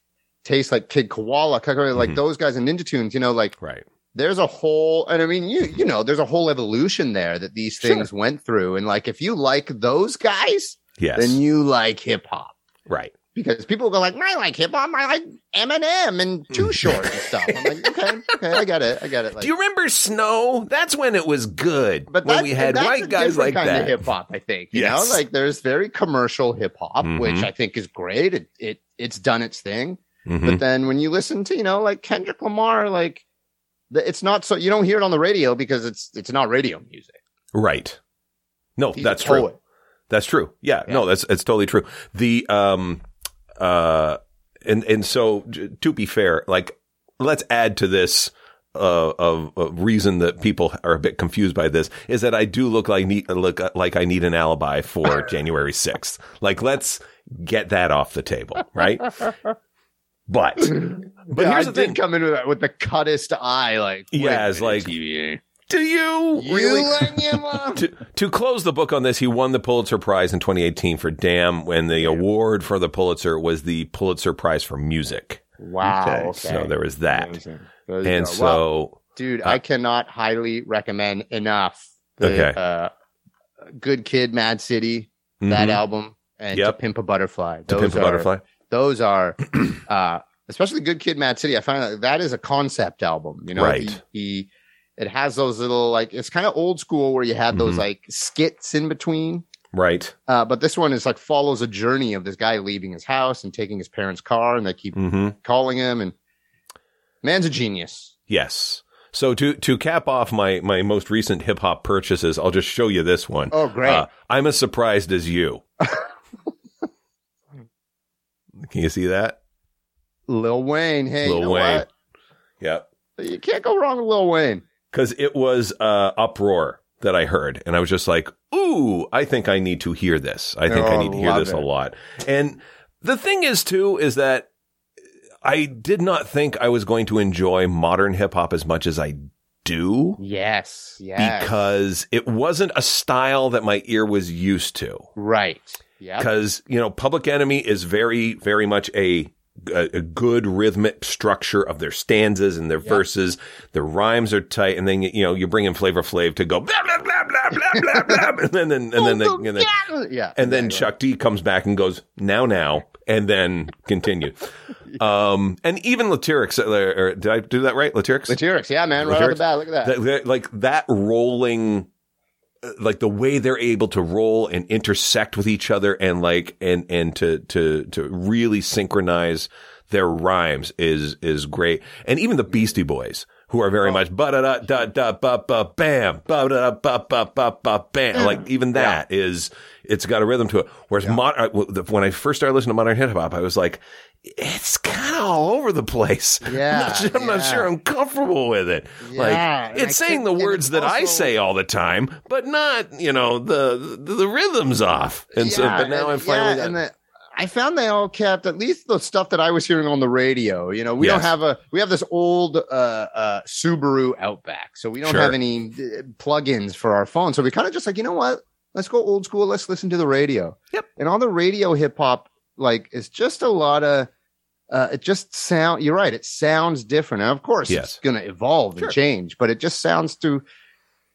Speaker 2: taste like Kid Koala, Kakari, like
Speaker 1: Mhm.
Speaker 2: those guys in Ninja Tunes, you know, like
Speaker 1: right.
Speaker 2: there's a whole and i mean you you know there's a whole evolution there that these things went through and like if you like those guys
Speaker 1: Yes,
Speaker 2: then you like hip hop
Speaker 1: right.
Speaker 2: because people go like i like hip hop i like eminem and too short and stuff i'm like okay okay i get it i get it like
Speaker 1: Hmm. Do you remember Snow? That's when it was good. when
Speaker 2: that-
Speaker 1: we had
Speaker 2: that's a
Speaker 1: white guys like
Speaker 2: different kind
Speaker 1: that.
Speaker 2: of hip hop. I think you
Speaker 1: Yes.
Speaker 2: know, like there's very commercial hip hop,
Speaker 1: Mhm.
Speaker 2: which I think is great. It, it it's done its thing,
Speaker 1: Mhm.
Speaker 2: but then when you listen to you know like Kendrick Lamar, like the- it's not so you don't hear it on the radio because it's it's not radio music.
Speaker 1: Right. No,
Speaker 2: He's a
Speaker 1: that's true.
Speaker 2: poet.
Speaker 1: That's true. Yeah,
Speaker 2: Yeah.
Speaker 1: No, that's it's totally true. The um uh and and so j- to be fair, like let's add to this uh, of, of reason that people are a bit confused by this is that I do look like need, look uh, like I need an alibi for January sixth. Like let's get that off the table, right? But but
Speaker 2: yeah,
Speaker 1: here's the
Speaker 2: I
Speaker 1: thing:
Speaker 2: did come in with, with the cuttest eye, like wait
Speaker 1: Yeah,
Speaker 2: a
Speaker 1: it's
Speaker 2: minute,
Speaker 1: like,
Speaker 2: TVA.
Speaker 1: do you,
Speaker 2: you
Speaker 1: really
Speaker 2: and your mom.
Speaker 1: to, to close the book on this, he won the Pulitzer Prize in 2018 for Damn, when the award for the Pulitzer was the Pulitzer Prize for Music.
Speaker 2: Wow.
Speaker 3: Okay,
Speaker 2: Okay.
Speaker 1: So there was that.
Speaker 2: Amazing. There you
Speaker 1: And
Speaker 2: go. Wow.
Speaker 1: so, uh,
Speaker 2: dude, I cannot highly recommend enough the
Speaker 1: Okay.
Speaker 2: uh, Good Kid, Mad City, that
Speaker 1: Mhm.
Speaker 2: album, and
Speaker 1: Yep.
Speaker 2: To Pimp a Butterfly.
Speaker 1: To
Speaker 2: Those
Speaker 1: Pimp a
Speaker 2: are-
Speaker 1: Butterfly.
Speaker 2: Those are, uh, especially Good Kid, Mad City. I find that that is a concept album. You know,
Speaker 1: Right.
Speaker 2: He, he- it has those little like it's kind of old school where you had those
Speaker 1: Mhm.
Speaker 2: like skits in between.
Speaker 1: Right.
Speaker 2: Uh, but this one is like follows a journey of this guy leaving his house and taking his parents' car, and they keep
Speaker 1: Mm-hmm.
Speaker 2: calling him. And man's a genius.
Speaker 1: Yes. So to to cap off my my most recent hip hop purchases, I'll just show you this one.
Speaker 2: Oh, great!
Speaker 1: Uh, I'm as surprised as you. Can you see that?
Speaker 2: Lil Wayne. Hey,
Speaker 1: Lil
Speaker 2: you know
Speaker 1: Wayne.
Speaker 2: what?
Speaker 1: Yeah.
Speaker 2: You can't go wrong with Lil Wayne.
Speaker 1: Because it was uh, uproar that I heard, and I was just like, "Ooh, I think I need to hear this. I think I
Speaker 2: Oh,
Speaker 1: need to hear
Speaker 2: love
Speaker 1: this a
Speaker 2: it.
Speaker 1: lot." And the thing is, too, is that I did not think I was going to enjoy modern hip hop as much as I do
Speaker 2: Yes. Yes.
Speaker 1: because it wasn't a style that my ear was used to.
Speaker 2: right. Yeah.
Speaker 1: because you know Public Enemy is very, very much a a, a good rhythmic structure of their stanzas and their verses. Their rhymes are tight, and then you know you bring in Flavor Flav to go blah blah blah blah blah blah blah, and then and then and then, and then
Speaker 2: Oh, yeah.
Speaker 1: and then
Speaker 2: Yeah,
Speaker 1: Chuck D comes back and goes now now, and then continue. Um, and even Latyrix, uh, or, did I do that right? Latyrix,
Speaker 2: The T-Rex, yeah, man, right off the
Speaker 1: Latyrix.
Speaker 2: bat. Look at that.
Speaker 1: that, that- like that rolling uh, like the way they're able to roll and intersect with each other and like and and to to to really synchronize their rhymes is is great and even the beastie boys who are
Speaker 2: Oh.
Speaker 1: very much ba da da da da ba ba bam ba da da ba ba ba ba
Speaker 2: Mm.
Speaker 1: bam like even that is- it's got a rhythm to it whereas mod- uh, w- the- when i first started listening to modern hip hop i was like it's kind of all over the place i'm
Speaker 2: Yeah,
Speaker 1: not, su- I'm not
Speaker 2: yeah.
Speaker 1: sure I'm comfortable with it.
Speaker 2: Yeah,
Speaker 1: like
Speaker 2: and
Speaker 1: it's
Speaker 2: I
Speaker 1: saying the
Speaker 2: couldn't- and
Speaker 1: words that I
Speaker 2: also-
Speaker 1: say all the time, but not you know the the, the rhythms off. And so,
Speaker 2: Yeah,
Speaker 1: but now
Speaker 2: and-
Speaker 1: I'm finally.
Speaker 2: yeah,
Speaker 1: got-
Speaker 2: and the- I found they all kept at least the stuff that I was hearing on the radio. You know, we
Speaker 1: Yes.
Speaker 2: don't have a we have this old uh, uh, Subaru Outback, so we don't
Speaker 1: Sure.
Speaker 2: have any uh, plugins for our phone. So we kind of just like you know what? Let's go old school. Let's listen to the radio.
Speaker 1: Yep.
Speaker 2: And all the radio hip hop like is just a lot of. Uh, it just sound. You're right. It sounds different, and of course,
Speaker 1: Yes.
Speaker 2: it's going to evolve
Speaker 1: Sure.
Speaker 2: and change. But it just sounds to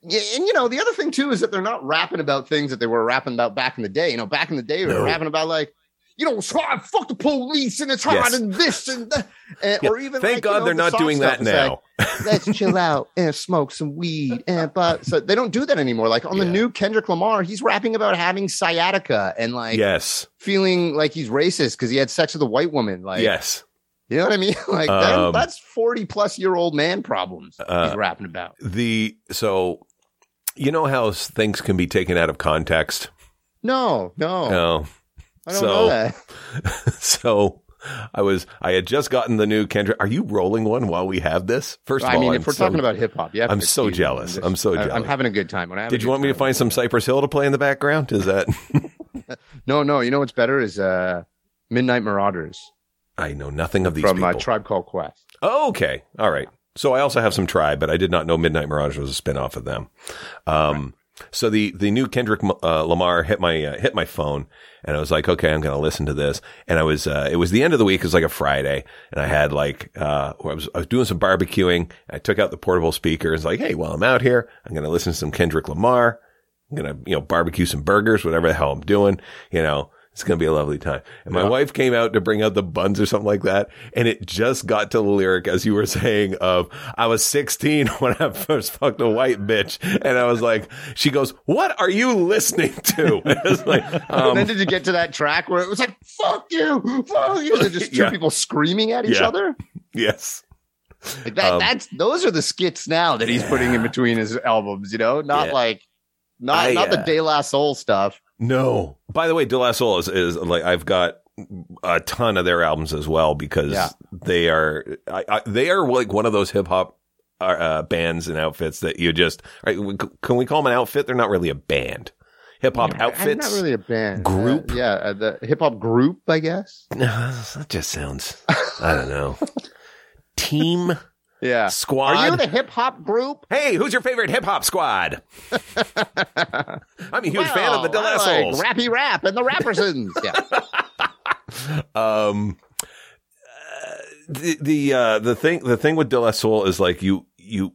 Speaker 2: yeah, and you know the other thing too is that they're not rapping about things that they were rapping about back in the day. You know, back in the day, they
Speaker 1: No.
Speaker 2: were rapping about like, you know, it's hard, fuck the police, and it's hard,
Speaker 1: Yes.
Speaker 2: and this and that, and,
Speaker 1: Yeah.
Speaker 2: or even
Speaker 1: Thank
Speaker 2: like, you
Speaker 1: God
Speaker 2: know,
Speaker 1: they're
Speaker 2: the
Speaker 1: not
Speaker 2: soft
Speaker 1: doing
Speaker 2: stuff.
Speaker 1: that
Speaker 2: It's
Speaker 1: now.
Speaker 2: like, Let's chill out and smoke some weed, and but so they don't do that anymore. Like on the
Speaker 1: Yeah.
Speaker 2: new Kendrick Lamar, he's rapping about having sciatica and like
Speaker 1: yes,
Speaker 2: feeling like he's racist because he had sex with a white woman. Like,
Speaker 1: yes.
Speaker 2: you know what I mean? Like that-
Speaker 1: Um,
Speaker 2: that's forty plus year old man problems
Speaker 1: Uh,
Speaker 2: he's rapping about.
Speaker 1: The so you know how s- things can be taken out of context.
Speaker 2: No, no,
Speaker 1: Oh,
Speaker 2: I don't
Speaker 1: so-
Speaker 2: know that.
Speaker 1: so. I was. I had just gotten the new Kendrick. Are you rolling one while we have this? First of
Speaker 2: I
Speaker 1: all,
Speaker 2: mean,
Speaker 1: I'm
Speaker 2: if we're
Speaker 1: so-
Speaker 2: talking about hip hop, yeah,
Speaker 1: I'm so jealous. I'm so
Speaker 2: I'm
Speaker 1: jealous.
Speaker 2: having a good time. When I have a
Speaker 1: Did you
Speaker 2: good
Speaker 1: want me to
Speaker 2: time-
Speaker 1: find some Cypress Hill to play in the background? Is that?
Speaker 2: No, no. You know what's better is uh, Midnight Marauders
Speaker 1: I know nothing of these
Speaker 2: from uh,
Speaker 1: people.
Speaker 2: Tribe Called Quest.
Speaker 1: Oh, okay. All right. So I also have some Tribe, but I did not know Midnight Mirage was a spinoff of them. Um, So the the new Kendrick uh, Lamar hit my uh, hit my phone, and I was like, okay, I'm going to listen to this. And I was uh, it was the end of the week, it was like a Friday, and I had like uh, I was I was doing some barbecuing. I took out the portable speaker. and was like, hey, while I'm out here, I'm going to listen to some Kendrick Lamar. I'm gonna, you know, barbecue some burgers, whatever the hell I'm doing. You know, it's gonna be a lovely time. And my wife came out to bring out the buns or something like that, and it just got to the lyric as you were saying of "I was 16 when I first fucked a white bitch," and I was like, she goes, "What are you listening to?" And I was like,
Speaker 2: and then
Speaker 1: um,
Speaker 2: did you get to that track where it was like "fuck you, fuck you"? They're just two
Speaker 1: Yeah.
Speaker 2: people screaming at each
Speaker 1: Yeah.
Speaker 2: other.
Speaker 1: yes,
Speaker 2: Like that.
Speaker 1: Um,
Speaker 2: that's those are the skits now that he's putting in between his albums. You know, not
Speaker 1: Yeah.
Speaker 2: like not
Speaker 1: I,
Speaker 2: not the
Speaker 1: uh,
Speaker 2: De La Soul stuff.
Speaker 1: no. By the way, De La Soul is, is like I've got a ton of their albums as well because
Speaker 2: Yeah.
Speaker 1: they are I, I, they are like one of those hip hop uh, uh, bands and outfits that you just right, we- can we call them an outfit? They're not really a band. Hip hop
Speaker 2: I'm
Speaker 1: outfits.
Speaker 2: not really a band Uh,
Speaker 1: Group?
Speaker 2: yeah, uh, the hip hop group, I guess.
Speaker 1: that just sounds. I don't know. Team
Speaker 2: Yeah.
Speaker 1: squad.
Speaker 2: Are you the hip hop group?
Speaker 1: hey, who's your favorite hip hop squad? I'm a huge fan of the De La Souls.
Speaker 2: Rappy Rap and the Rappersons. yeah.
Speaker 1: um uh, the the uh the thing the thing with De La Soul is like you you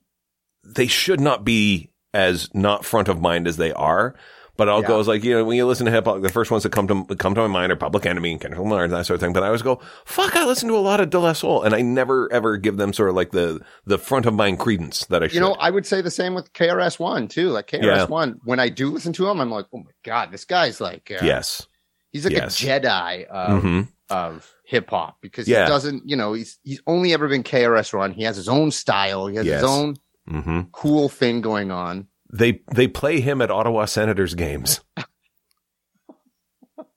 Speaker 1: they should not be as not front of mind as they are. But I'll go as like you know when you listen to hip hop, the first ones that come to come to my mind are Public Enemy and Kendrick Lamar and that sort of thing. But I always go, fuck, I listen to a lot of De La Soul, and I never ever give them sort of like the the front of mind credence that I should.
Speaker 2: You know, I would say the same with KRS One too. Like KRS One, when I do listen to him, I'm like, oh my god, this guy's like, uh,
Speaker 1: yes,
Speaker 2: he's like
Speaker 1: yes.
Speaker 2: a Jedi of,
Speaker 1: hmm
Speaker 2: of hip hop because
Speaker 1: Yeah.
Speaker 2: he doesn't, you know, he's he's only ever been KRS One. He has his own style. He has
Speaker 1: Yes.
Speaker 2: his own
Speaker 1: hmm
Speaker 2: cool thing going on.
Speaker 1: They they play him at Ottawa Senators games.
Speaker 2: Well,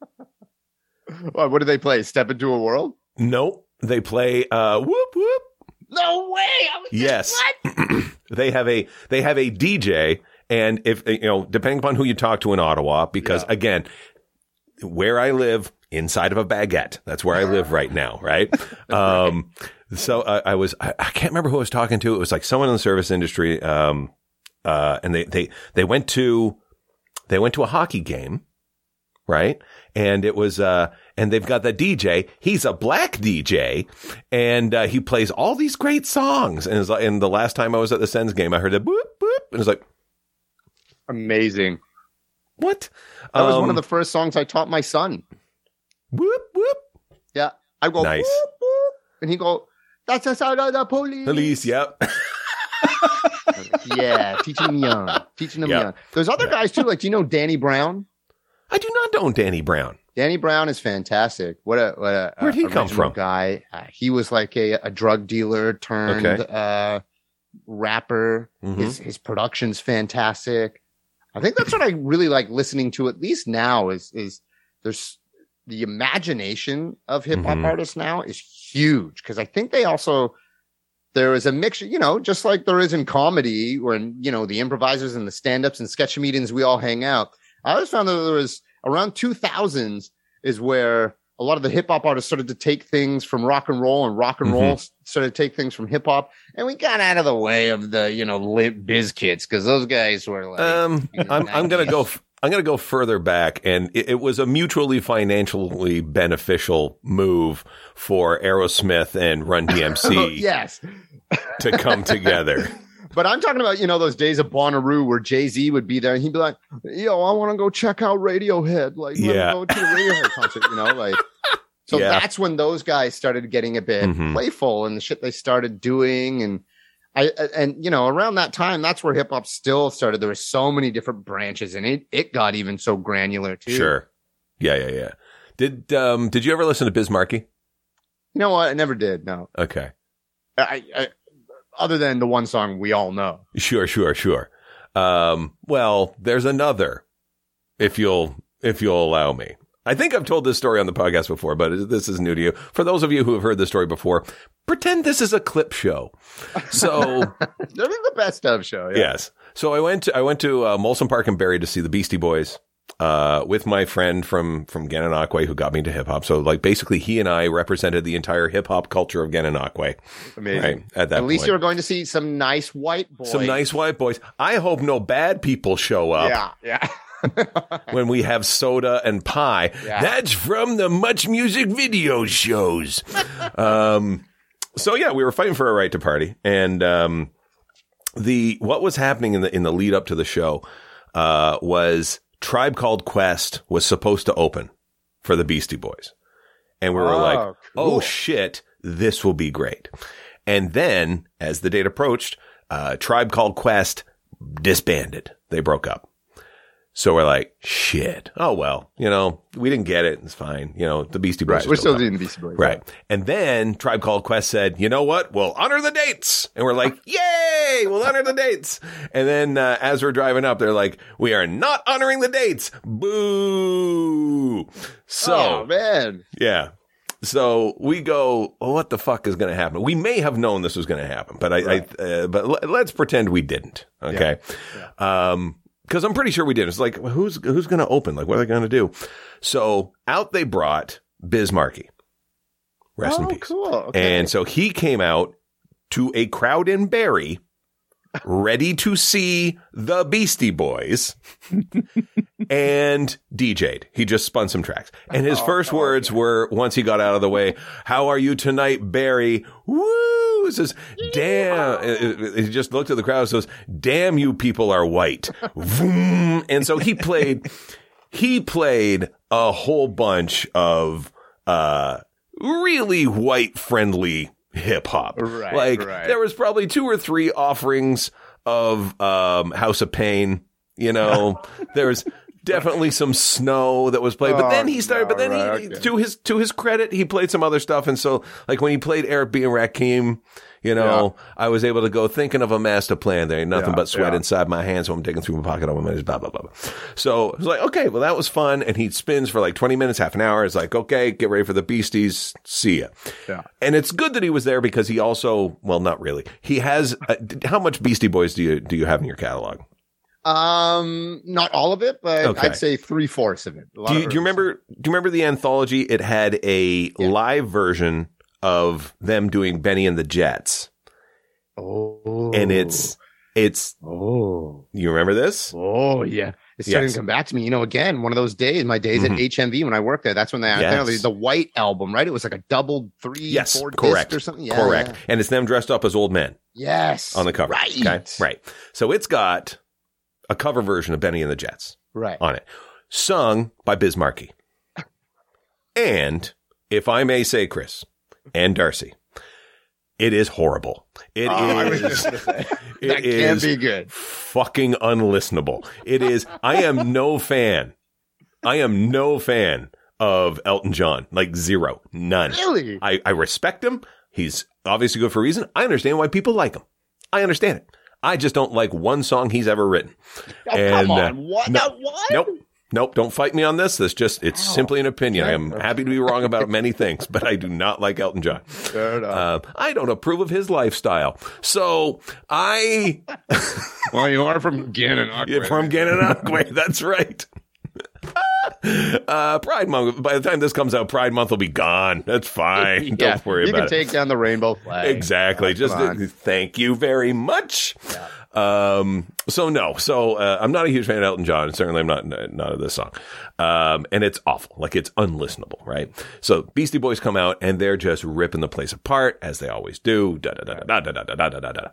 Speaker 2: Uh, what do they play? Step into a world?
Speaker 1: Nope, they play uh, whoop whoop.
Speaker 2: No way! I was just-
Speaker 1: Yes.
Speaker 2: what?
Speaker 1: they have a they have a DJ, and if you know, depending upon who you talk to in Ottawa, because again, where I live inside of a baguette, that's where I live right now, right? um, so I, I was I, I can't remember who I was talking to. It was like someone in the service industry, um, uh, and they they they went to they went to a hockey game, right? And it was, uh, and they've got the DJ. He's a black DJ, and uh, he plays all these great songs. And, it's like, and the last time I was at the Sens game, I heard the boop boop, and it's like,
Speaker 2: Amazing.
Speaker 1: what?
Speaker 2: That was one
Speaker 1: Um,
Speaker 2: of the first songs I taught my son.
Speaker 1: whoop whoop.
Speaker 2: Yeah, I go
Speaker 1: Nice.
Speaker 2: "Whoop, whoop," and he go. That's a sound of the police.
Speaker 1: Elise, yep.
Speaker 2: yeah, teaching him young, teaching him
Speaker 1: Yeah.
Speaker 2: young. There's other guys too. Like, do you know Danny Brown?
Speaker 1: I do not own Danny Brown.
Speaker 2: Danny Brown is fantastic. What a what a
Speaker 1: Where'd he come
Speaker 2: original
Speaker 1: from?
Speaker 2: Guy, uh, he was like a, a drug dealer turned
Speaker 1: Okay.
Speaker 2: uh, rapper.
Speaker 1: Mhm.
Speaker 2: His his production's fantastic. I think that's what I really like listening to at least now is is there's the imagination of hip hop
Speaker 1: Mhm.
Speaker 2: artists now is huge because I think they also there is a mixture, you know, just like there is in comedy when you know the improvisers and the stand ups and sketch comedians we all hang out. I always found that there was around 2000s is where a lot of the hip hop artists started to take things from rock and roll and rock and roll s- started to take things from hip hop. And we got out of the way of the, you know, lit biz kids because those guys were like,
Speaker 1: Um, I'm I'm gonna go.
Speaker 2: Nice.
Speaker 1: I'm gonna go further back, and it, it was a mutually financially beneficial move for Aerosmith and Run DMC
Speaker 2: oh, yes.
Speaker 1: to come together.
Speaker 2: But I'm talking about, you know, those days of Bonnaroo where Jay Z would be there and he'd be like, yo, I want to go check out Radiohead. Like, let me
Speaker 1: Yeah.
Speaker 2: go to the Radiohead concert, you know, like. So
Speaker 1: Yeah.
Speaker 2: that's when those guys started getting a bit
Speaker 1: Mhm.
Speaker 2: playful and the shit they started doing. And I, I- and you know, around that time, that's where hip hop still started. There were so many different branches and it, it got even so granular too.
Speaker 1: Sure. Yeah, yeah, yeah. Did um did you ever listen to Bismarcky?
Speaker 2: You know what? I never did. No.
Speaker 1: Okay.
Speaker 2: I, I, other than the one song we all know.
Speaker 1: Sure, sure, sure. Um well, there's another if you'll if you'll allow me. I think I've told this story on the podcast before, but this is new to you. For those of you who have heard this story before, pretend this is a clip show. So
Speaker 2: They're the best of show. Yeah.
Speaker 1: Yes. So I went to, I went to uh, Molson Park and Barry to see the Beastie Boys uh, with my friend from from Gananoque who got me into hip hop. So like basically he and I represented the entire hip hop culture of Gananoque.
Speaker 2: Amazing.
Speaker 1: Right at that
Speaker 2: At least
Speaker 1: point.
Speaker 2: you're going to see some nice white boys.
Speaker 1: some nice white boys. I hope no bad people show up
Speaker 2: Yeah, yeah.
Speaker 1: when we have soda and pie.
Speaker 2: Yeah.
Speaker 1: That's from the Much Music video shows. um, so yeah, we were fighting for a right to party, and um, the what was happening in the in the lead up to the show uh, was Tribe Called Quest was supposed to open for the Beastie Boys, and we were
Speaker 2: Oh,
Speaker 1: like,
Speaker 2: cool.
Speaker 1: "Oh shit, this will be great." And then, as the date approached, uh, Tribe Called Quest disbanded. They broke up. So we're like, shit. Oh well, you know, we didn't get it. It's fine. You know, the Beastie Boys. are
Speaker 2: We're still
Speaker 1: coming.
Speaker 2: doing the Beastie Boys.
Speaker 1: Right. And then Tribe Called Quest said, you know what? We'll honor the dates. And we're like, yay, we'll honor the dates. And then uh, as we're driving up, they're like, we are not honoring the dates. Boo. So,
Speaker 2: oh man,
Speaker 1: yeah. So we go, well, what the fuck is going to happen? We may have known this was going to happen, but I, I uh, but le- let's pretend we didn't. Okay. Um, cause I'm pretty sure we did. It's like, well, who's, who's going to open? Like, what are they going to do? So out they brought Bismarcky. Rest in
Speaker 2: Oh,
Speaker 1: peace.
Speaker 2: Cool. Okay.
Speaker 1: And so he came out to a crowd in Barrie, ready to see the Beastie Boys and DJ'd. He just spun some tracks. And his first words were, once he got out of the way, How are you tonight, Barry? Woo! It says, "Damn!" it- it- He just looked at the crowd and says, "Damn, you people are white." Vroom. And so he played. He played a whole bunch of uh, really white friendly hip hop.
Speaker 2: Right,
Speaker 1: like
Speaker 2: right.
Speaker 1: there was probably two or three offerings of um, House of Pain. You know, there was definitely some snow that was played, but
Speaker 2: Oh,
Speaker 1: then he started.
Speaker 2: no,
Speaker 1: but then
Speaker 2: right,
Speaker 1: he,
Speaker 2: okay.
Speaker 1: to his to his credit, he played some other stuff, and so like when he played Eric B and Rakim. You know, I was able to go thinking of a master plan. There ain't nothing
Speaker 2: Yeah,
Speaker 1: but sweat
Speaker 2: yeah.
Speaker 1: inside my hands, so I'm digging through my pocket on my money. Blah blah blah. blah. So I was like, okay, well that was fun. And he spins for like 20 minutes, half an hour. It's like, okay, get ready for the beasties. See ya.
Speaker 2: Yeah.
Speaker 1: And it's good that he was there because he also, well, not really. He has uh, d- how much Beastie Boys do you do you have in your catalog?
Speaker 2: Um, not all of it, but
Speaker 1: Okay.
Speaker 2: I'd say three fourths of it. A lot
Speaker 1: Do
Speaker 2: of
Speaker 1: you, do you
Speaker 2: herbs.
Speaker 1: remember? Do you remember the anthology? It had a
Speaker 2: Yeah.
Speaker 1: live version of them doing Benny and the Jets,
Speaker 2: Oh,
Speaker 1: and it's it's.
Speaker 2: oh,
Speaker 1: You remember this?
Speaker 2: oh, yeah. It's starting
Speaker 1: Yes.
Speaker 2: to come back to me. You know, again, one of those days, my days
Speaker 1: Mhm.
Speaker 2: at HMV when I worked there. That's when they
Speaker 1: Yes.
Speaker 2: the, the white album, right? It was like a double three,
Speaker 1: Yes,
Speaker 2: four disc
Speaker 1: correct,
Speaker 2: or something. Yeah,
Speaker 1: Correct.
Speaker 2: yeah.
Speaker 1: And it's them dressed up as old men
Speaker 2: Yes,
Speaker 1: on the cover.
Speaker 2: Right,
Speaker 1: Okay? Right. So it's got a cover version of Benny and the Jets.
Speaker 2: right.
Speaker 1: on it, sung by Bismarcky. And if I may say, Chris and Darcy, it is horrible. It
Speaker 2: Oh, I was
Speaker 1: is.
Speaker 2: just gonna say.
Speaker 1: it
Speaker 2: that
Speaker 1: is
Speaker 2: can't be good.
Speaker 1: fucking unlistenable. It is. I am no fan. I am no fan of Elton John. Like zero, none.
Speaker 2: Really?
Speaker 1: I, I respect him. He's obviously good for a reason. I understand why people like him. I understand it. I just don't like one song he's ever written.
Speaker 2: Oh,
Speaker 1: and,
Speaker 2: come
Speaker 1: uh,
Speaker 2: on. What?
Speaker 1: no,
Speaker 2: Not one?
Speaker 1: Nope. Nope. Don't fight me on this. This just, it's simply an opinion. I am happy to be wrong about many things, but I do not like Elton John.
Speaker 2: Fair enough.
Speaker 1: Uh, I don't approve of his lifestyle. So I,
Speaker 2: well, you are from Gannon.
Speaker 1: if I'm getting out way, that's right. Uh, Pride Month. By the time this comes out, Pride Month will be gone. That's fine. don't worry
Speaker 2: you
Speaker 1: about
Speaker 2: can
Speaker 1: it.
Speaker 2: take down the rainbow flag.
Speaker 1: Exactly. Just uh,
Speaker 2: come on.
Speaker 1: thank you very much. Um, so no, so uh, I'm not a huge fan of Elton John. and Certainly, I'm not not of this song. Um, and it's awful. Like it's unlistenable, right? So Beastie Boys come out and they're just ripping the place apart as they always do. Da da da da da da da da da da da.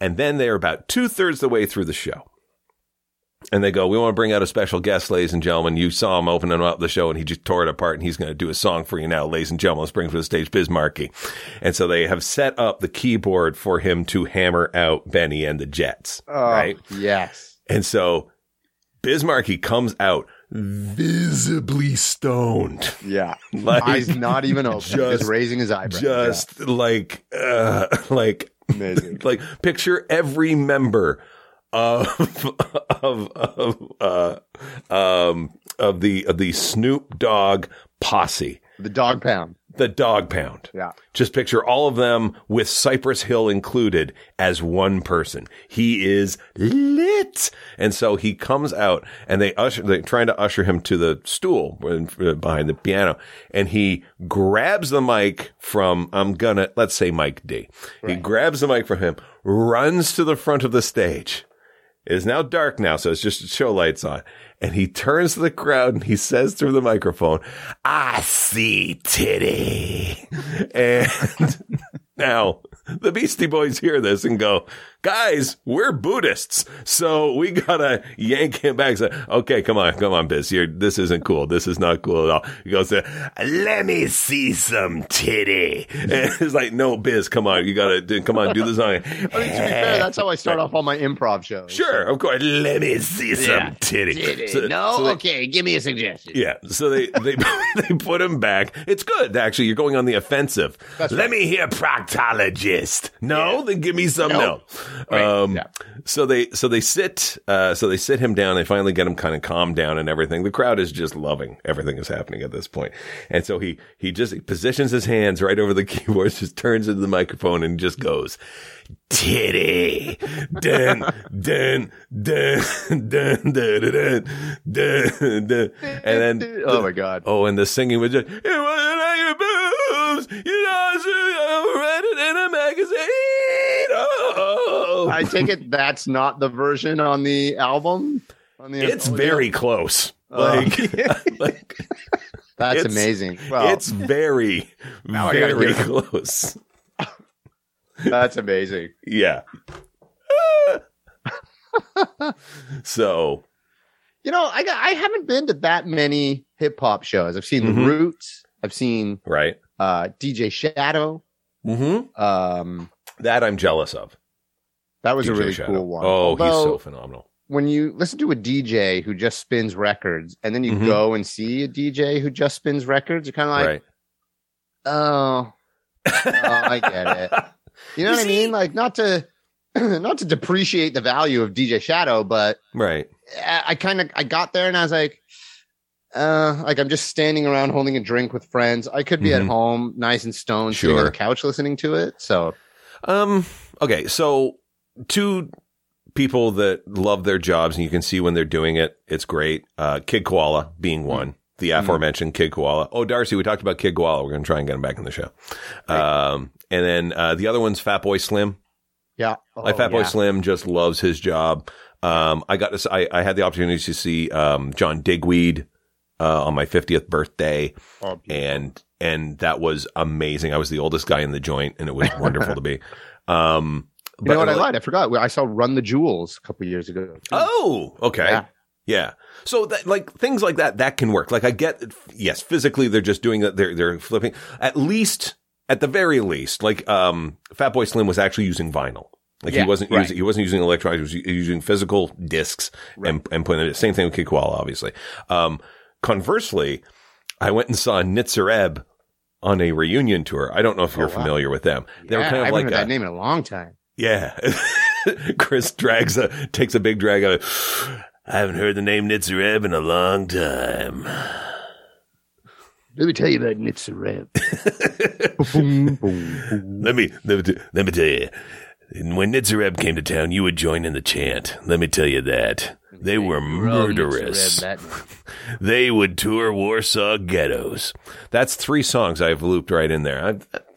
Speaker 1: And then they're about two thirds the way through the show. And they go, we want to bring out a special guest, ladies and gentlemen. You saw him opening up the show and he just tore it apart and he's going to do a song for you now, ladies and gentlemen. Let's bring to the stage Bismarcky. And so they have set up the keyboard for him to hammer out Benny and the Jets. right.
Speaker 2: Oh, Yes.
Speaker 1: And so Bismarcky comes out visibly stoned.
Speaker 2: Yeah.
Speaker 1: Like,
Speaker 2: Eyes not even open.
Speaker 1: just-
Speaker 2: just raising his eyebrows.
Speaker 1: just like, uh, like
Speaker 2: Yeah. amazing.
Speaker 1: like picture every member of of of uh, um of the of the Snoop Dogg posse,
Speaker 2: the dog pound.
Speaker 1: the Dog Pound.
Speaker 2: Yeah.
Speaker 1: Just picture all of them with Cypress Hill included as one person. He is lit, and so he comes out, and they usher, they're trying to usher him to the stool uh, behind the piano, and he grabs the mic from I'm gonna let's say Mike D. He grabs the mic from him, runs to the front of the stage. It is now dark now, so it's just show lights on. And he turns to the crowd and he says through the microphone, I see titty. And now the Beastie Boys hear this and go, guys, we're Buddhists. So we gotta yank him back. So, okay, come on, come on, Biz. You're, this isn't cool. This is not cool at all. He goes, let me see some titty. And it's like, no, Biz, come on. You gotta, do- come on, do the song.
Speaker 2: I mean, to be fair, that's how I start off all my improv shows.
Speaker 1: Sure, of course. Let me see some titty. So- so they-
Speaker 2: okay. Give me a suggestion.
Speaker 1: Yeah, so they they they put him back. It's good actually. You're going on the offensive.
Speaker 2: That's
Speaker 1: Let
Speaker 2: right.
Speaker 1: me hear proctologist. No, then give me some
Speaker 2: Nope.
Speaker 1: no. Um,
Speaker 2: yeah.
Speaker 1: So they so they sit uh, so they sit him down. They finally get him kind of calmed down and everything. The crowd is just loving everything that's happening at this point. And so he he just positions his hands right over the keyboard, just turns into the microphone and just goes titty. Dun, dun, dun, dun, dun, dun, dun, dun, dun. And then,
Speaker 2: Oh my God.
Speaker 1: oh, and the singing was just, it wasn't like your boobs. You know, you read it in a magazine. Oh.
Speaker 2: I take it that's not the version on the album. On the
Speaker 1: it's
Speaker 2: oh,
Speaker 1: very close.
Speaker 2: Uh,
Speaker 1: Like, like
Speaker 2: That's
Speaker 1: it's-
Speaker 2: amazing. Well,
Speaker 1: it's very,
Speaker 2: I gotta
Speaker 1: very
Speaker 2: get
Speaker 1: close.
Speaker 2: That's amazing.
Speaker 1: Yeah. so
Speaker 2: You know, I got- I haven't been to that many hip hop shows. I've seen
Speaker 1: Mhm.
Speaker 2: The Roots. I've seen
Speaker 1: right.
Speaker 2: uh, DJ Shadow.
Speaker 1: Mm-hmm.
Speaker 2: Um,
Speaker 1: That I'm jealous of.
Speaker 2: that was a
Speaker 1: DJ
Speaker 2: really
Speaker 1: Shadow.
Speaker 2: cool one.
Speaker 1: Oh, he's so
Speaker 2: Although,
Speaker 1: phenomenal.
Speaker 2: when you listen to a DJ who just spins records, and then you
Speaker 1: Mhm.
Speaker 2: go and see a DJ who just spins records, you're kind of like,
Speaker 1: right.
Speaker 2: oh, oh, I get it. You know
Speaker 1: You
Speaker 2: what
Speaker 1: see-
Speaker 2: I mean? Like not to not to depreciate the value of DJ Shadow, but
Speaker 1: Right.
Speaker 2: I, I kind of I got there and I was like, uh, like I'm just standing around holding a drink with friends. I could be
Speaker 1: Mhm.
Speaker 2: at home, nice and stoned, sitting on
Speaker 1: Sure.
Speaker 2: the couch listening to it. So
Speaker 1: Um. Okay. So two people that love their jobs and you can see when they're doing it. It's great. Uh, Kid Koala being one. The
Speaker 2: Mm-hmm.
Speaker 1: aforementioned Kid Koala. Oh, Darcy, we talked about Kid Koala. We're going to try and get him back in the show. Um, and then uh, the other one's Fat Boy Slim.
Speaker 2: yeah,
Speaker 1: like Fat
Speaker 2: Oh,
Speaker 1: Boy
Speaker 2: yeah.
Speaker 1: Slim just loves his job. Um, I got this. I, I had the opportunity to see um, John Digweed uh, on my 50th birthday,
Speaker 2: Oh,
Speaker 1: and and that was amazing. I was the oldest guy in the joint, and it was wonderful to be. Um,
Speaker 2: You know what? I
Speaker 1: like-
Speaker 2: lied. I forgot. I saw Run the Jewels a couple years ago.
Speaker 1: Oh, okay. Yeah.
Speaker 2: Yeah.
Speaker 1: So that like things like that that can work. Like I get that, yes, physically they're just doing that they're they're flipping at least at the very least like um Fatboy Slim was actually using vinyl. Like
Speaker 2: Yeah,
Speaker 1: he wasn't
Speaker 2: right.
Speaker 1: using he wasn't using electronics, he was u- using physical discs and and putting it same thing with Kid Koala, obviously. Um conversely, I went and saw Nitzer Ebb on a reunion tour. I don't know if you're
Speaker 2: Oh, wow.
Speaker 1: familiar with them. They were
Speaker 2: Yeah,
Speaker 1: kind of
Speaker 2: I
Speaker 1: like
Speaker 2: haven't heard
Speaker 1: a-
Speaker 2: that name in a long time.
Speaker 1: yeah. Chris drags a takes a big drag out of I haven't heard the name Nitzareb in a long time.
Speaker 2: Let me tell you about Nitsa Rev.
Speaker 1: Let me let me, let me tell you. When Nitzareb came to town, you would join in the chant. Let me tell you that. They were murderous. They would tour Warsaw ghettos. That's three songs I've looped right in there. I,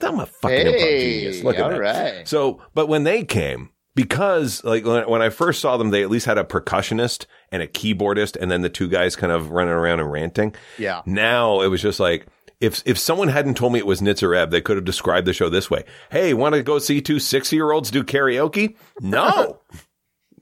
Speaker 1: I'm a fucking improv
Speaker 2: Hey,
Speaker 1: genius. Look at
Speaker 2: all
Speaker 1: that.
Speaker 2: right.
Speaker 1: So, but when they came, because like when, when I first saw them, they at least had a percussionist and a keyboardist, and then the two guys kind of running around and ranting.
Speaker 2: Yeah.
Speaker 1: Now it was just like if if someone hadn't told me it was Nitzareb, they could have described the show this way: Hey, want to go see two sixty year olds do karaoke? No,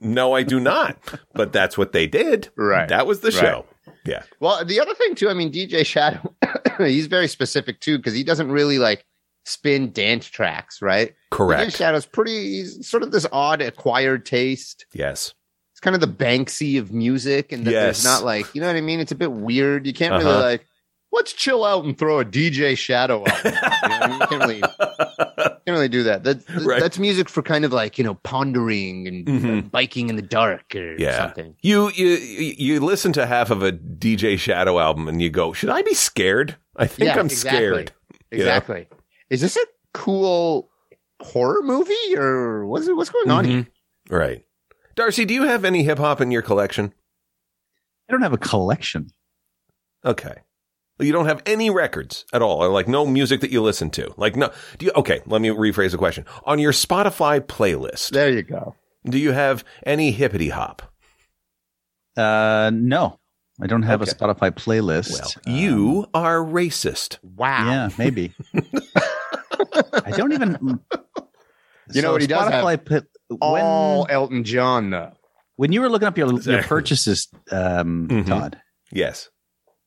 Speaker 1: no, I do not. But that's what they did.
Speaker 2: Right.
Speaker 1: That was the
Speaker 2: Right.
Speaker 1: show. Yeah.
Speaker 2: Well, the other thing too, I mean, DJ Shadow, he's very specific too because he doesn't really like spin dance tracks, right? DJ
Speaker 1: Correct.
Speaker 2: Shadow's pretty. He's sort of this odd acquired taste.
Speaker 1: Yes.
Speaker 2: It's kind of the Banksy of music, and that
Speaker 1: Yes.
Speaker 2: there's not like you know what I mean. It's a bit weird. You can't really
Speaker 1: Uh-huh.
Speaker 2: like. Let's chill out and throw a DJ Shadow out. You, know what I mean? You can't really, can't really do that. That, that-
Speaker 1: Right.
Speaker 2: That's music for kind of like you know pondering and uh,
Speaker 1: Mhm.
Speaker 2: biking in the dark or
Speaker 1: Yeah.
Speaker 2: something.
Speaker 1: You you you listen to half of a DJ Shadow album and you go, should I be scared? I think
Speaker 2: Yeah,
Speaker 1: I'm
Speaker 2: exactly.
Speaker 1: scared. You know?
Speaker 2: Exactly. Is this a cool horror movie or what's what's going
Speaker 1: Mm-hmm.
Speaker 2: on here?
Speaker 1: Right. Darcy, do you have any hip hop in your collection?
Speaker 3: I don't have a collection.
Speaker 1: Okay. You don't have any records at all, or like no music that you listen to. Like no, do you? Okay, let me rephrase the question. On your Spotify playlist,
Speaker 2: There you go.
Speaker 1: do you have any hippity hop?
Speaker 3: Uh, no, I don't have
Speaker 1: Okay.
Speaker 3: a Spotify
Speaker 1: Well,
Speaker 3: playlist. Uh,
Speaker 2: um,
Speaker 1: you are racist.
Speaker 2: Wow.
Speaker 3: Yeah, maybe. I don't even. mm.
Speaker 2: You know what he does have?
Speaker 3: put,
Speaker 2: All
Speaker 3: when,
Speaker 2: Elton John though.
Speaker 3: when you were looking up your, your
Speaker 1: Sorry.
Speaker 3: purchases, um,
Speaker 1: Mhm.
Speaker 3: Todd,
Speaker 1: Yes,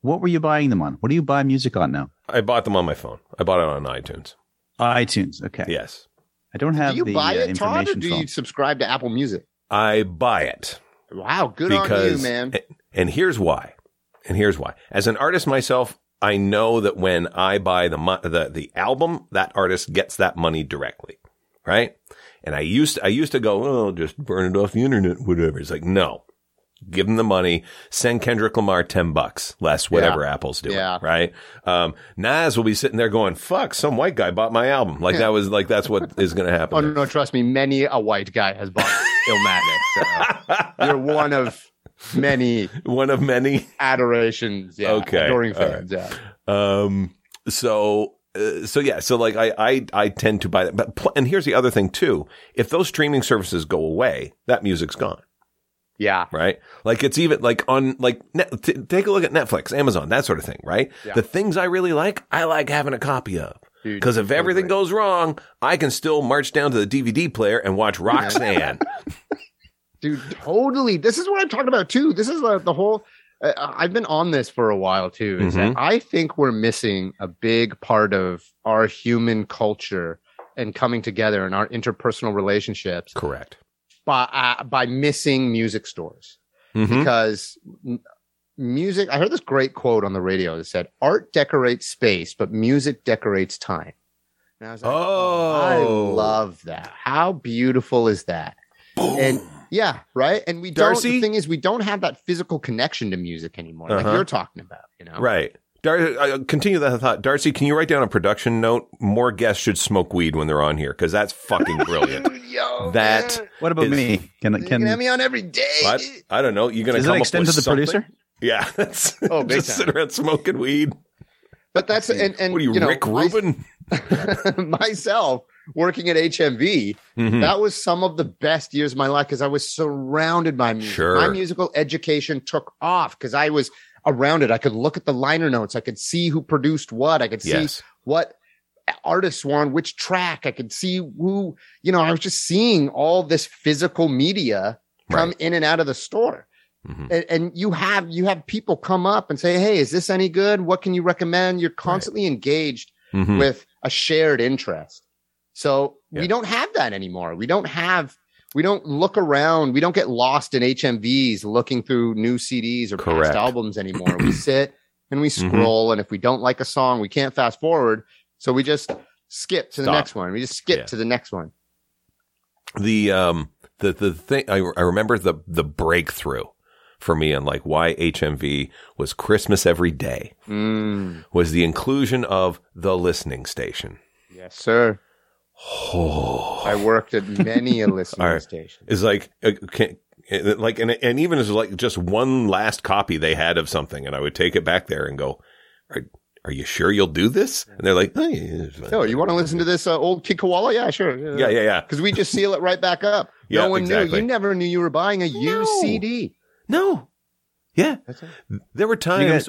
Speaker 3: what were you buying them on? What do you buy music on now?
Speaker 1: I bought them on my phone. I bought it on iTunes.
Speaker 3: Uh, iTunes. Okay.
Speaker 1: Yes,
Speaker 3: I don't have
Speaker 2: Do you
Speaker 3: the
Speaker 2: buy
Speaker 3: uh,
Speaker 2: it, Todd, or
Speaker 3: information
Speaker 2: do
Speaker 3: phone.
Speaker 2: you subscribe to Apple Music?
Speaker 1: I buy it.
Speaker 2: Wow, good on you,
Speaker 1: because
Speaker 2: man.
Speaker 1: a- and here's why and here's why as an artist myself i know that when i buy the mo- the, the album that artist gets that money directly right and i used i used to go oh just burn it off the internet whatever it's like no give them the money send kendrick lamar 10 bucks less whatever apple's doing
Speaker 2: Yeah.
Speaker 1: right um, nas will be sitting there going fuck some white guy bought my album like that was like that's what is going to happen
Speaker 2: Oh
Speaker 1: there.
Speaker 2: no, trust me, many a white guy has bought Illmatic. So you're one of many
Speaker 1: one of many
Speaker 2: adorations, yeah,
Speaker 1: Okay,
Speaker 2: adoring
Speaker 1: all right.
Speaker 2: fans. Yeah.
Speaker 1: Um, so, uh, so yeah, so like I, I, I tend to buy that. But, pl- and here's the other thing too. If those streaming services go away, that music's gone,
Speaker 2: yeah,
Speaker 1: right? Like it's even like on, like, net, t- take a look at Netflix, Amazon, that sort of thing, right?
Speaker 2: Yeah.
Speaker 1: The things I really like, I like having a copy of.
Speaker 2: Dude,
Speaker 1: Because if everything goes wrong, I can still march down to the DVD player and watch Roxanne.
Speaker 2: dude totally this is what i'm talking about too this is uh, the whole uh, i've been on this for a while too is
Speaker 1: Mm-hmm.
Speaker 2: that i think we're missing a big part of our human culture and coming together in our interpersonal relationships
Speaker 1: Correct.
Speaker 2: by uh, by missing music stores
Speaker 1: Mhm.
Speaker 2: because m- music i heard this great quote on the radio that said art decorates space but music decorates time and i was like i
Speaker 1: Oh.
Speaker 2: love that how beautiful is that and yeah right and we don't
Speaker 1: Darcy?
Speaker 2: the thing is we don't have that physical connection to music anymore like
Speaker 1: Uh-huh.
Speaker 2: you're talking about you know
Speaker 1: Right. Dar- uh, continue that thought. Darcy, can you write down a production note? More guests should smoke weed when they're on here because that's fucking brilliant.
Speaker 2: Dude, yo,
Speaker 1: That-
Speaker 2: man,
Speaker 3: What about
Speaker 1: Is-
Speaker 3: me? Can
Speaker 2: you
Speaker 3: can,
Speaker 2: can have me on every day
Speaker 1: What? I don't know. You're going
Speaker 3: does
Speaker 1: come
Speaker 3: it
Speaker 1: up
Speaker 3: extend
Speaker 1: with
Speaker 3: to the
Speaker 1: something?
Speaker 3: producer?
Speaker 1: Yeah. That's,
Speaker 2: Oh, big
Speaker 1: just
Speaker 2: time.
Speaker 1: sit around smoking weed.
Speaker 2: but that's and and
Speaker 1: what are you,
Speaker 2: know,
Speaker 1: Rick
Speaker 2: my-
Speaker 1: Rubin?
Speaker 2: myself working at hmv
Speaker 1: Mhm.
Speaker 2: That was some of the best years of my life because I was surrounded by music.
Speaker 1: Sure.
Speaker 2: My musical education took off because I was around it. I could look at the liner notes. I could see who produced what. I could see
Speaker 1: Yes.
Speaker 2: what artists were on which track. I could see who, you know, I was just seeing all this physical media come in and out of the store.
Speaker 1: Mhm.
Speaker 2: And, and you have you have people come up and say, "Hey, is this any good? What can you recommend?" You're constantly engaged
Speaker 1: Mhm.
Speaker 2: with a shared interest. So
Speaker 1: Yeah.
Speaker 2: we don't have that anymore. We don't have, we don't look around. We don't get lost in HMVs looking through new CDs or
Speaker 1: Correct. Mm-hmm.
Speaker 2: past albums anymore. we sit and we scroll. And if we don't like a song, we can't fast forward. So we just skip to the
Speaker 1: Stop.
Speaker 2: next one. We just skip
Speaker 1: Yeah.
Speaker 2: to the next one.
Speaker 1: the um the the thing I, I remember the the breakthrough for me and like why HMV was Christmas every day
Speaker 2: Mm,
Speaker 1: was the inclusion of the listening station.
Speaker 2: yes, sir.
Speaker 1: Oh,
Speaker 2: I worked at many a listening
Speaker 1: All right.
Speaker 2: station.
Speaker 1: is like uh, can, uh, like and and even as like just one last copy they had of something, and I would take it back there and go, are, are you sure you'll do this? And they're like, oh, yeah, it's fine."
Speaker 2: Oh, you want to listen to this uh, old Kid Koala? Yeah, sure.
Speaker 1: yeah, yeah, yeah.
Speaker 2: Because we just seal it right back up.
Speaker 1: Yeah,
Speaker 2: no one
Speaker 1: exactly.
Speaker 2: knew. You never knew you were buying a
Speaker 1: No.
Speaker 2: used CD.
Speaker 1: No, yeah.
Speaker 2: That's it.
Speaker 1: There were times.
Speaker 3: guys-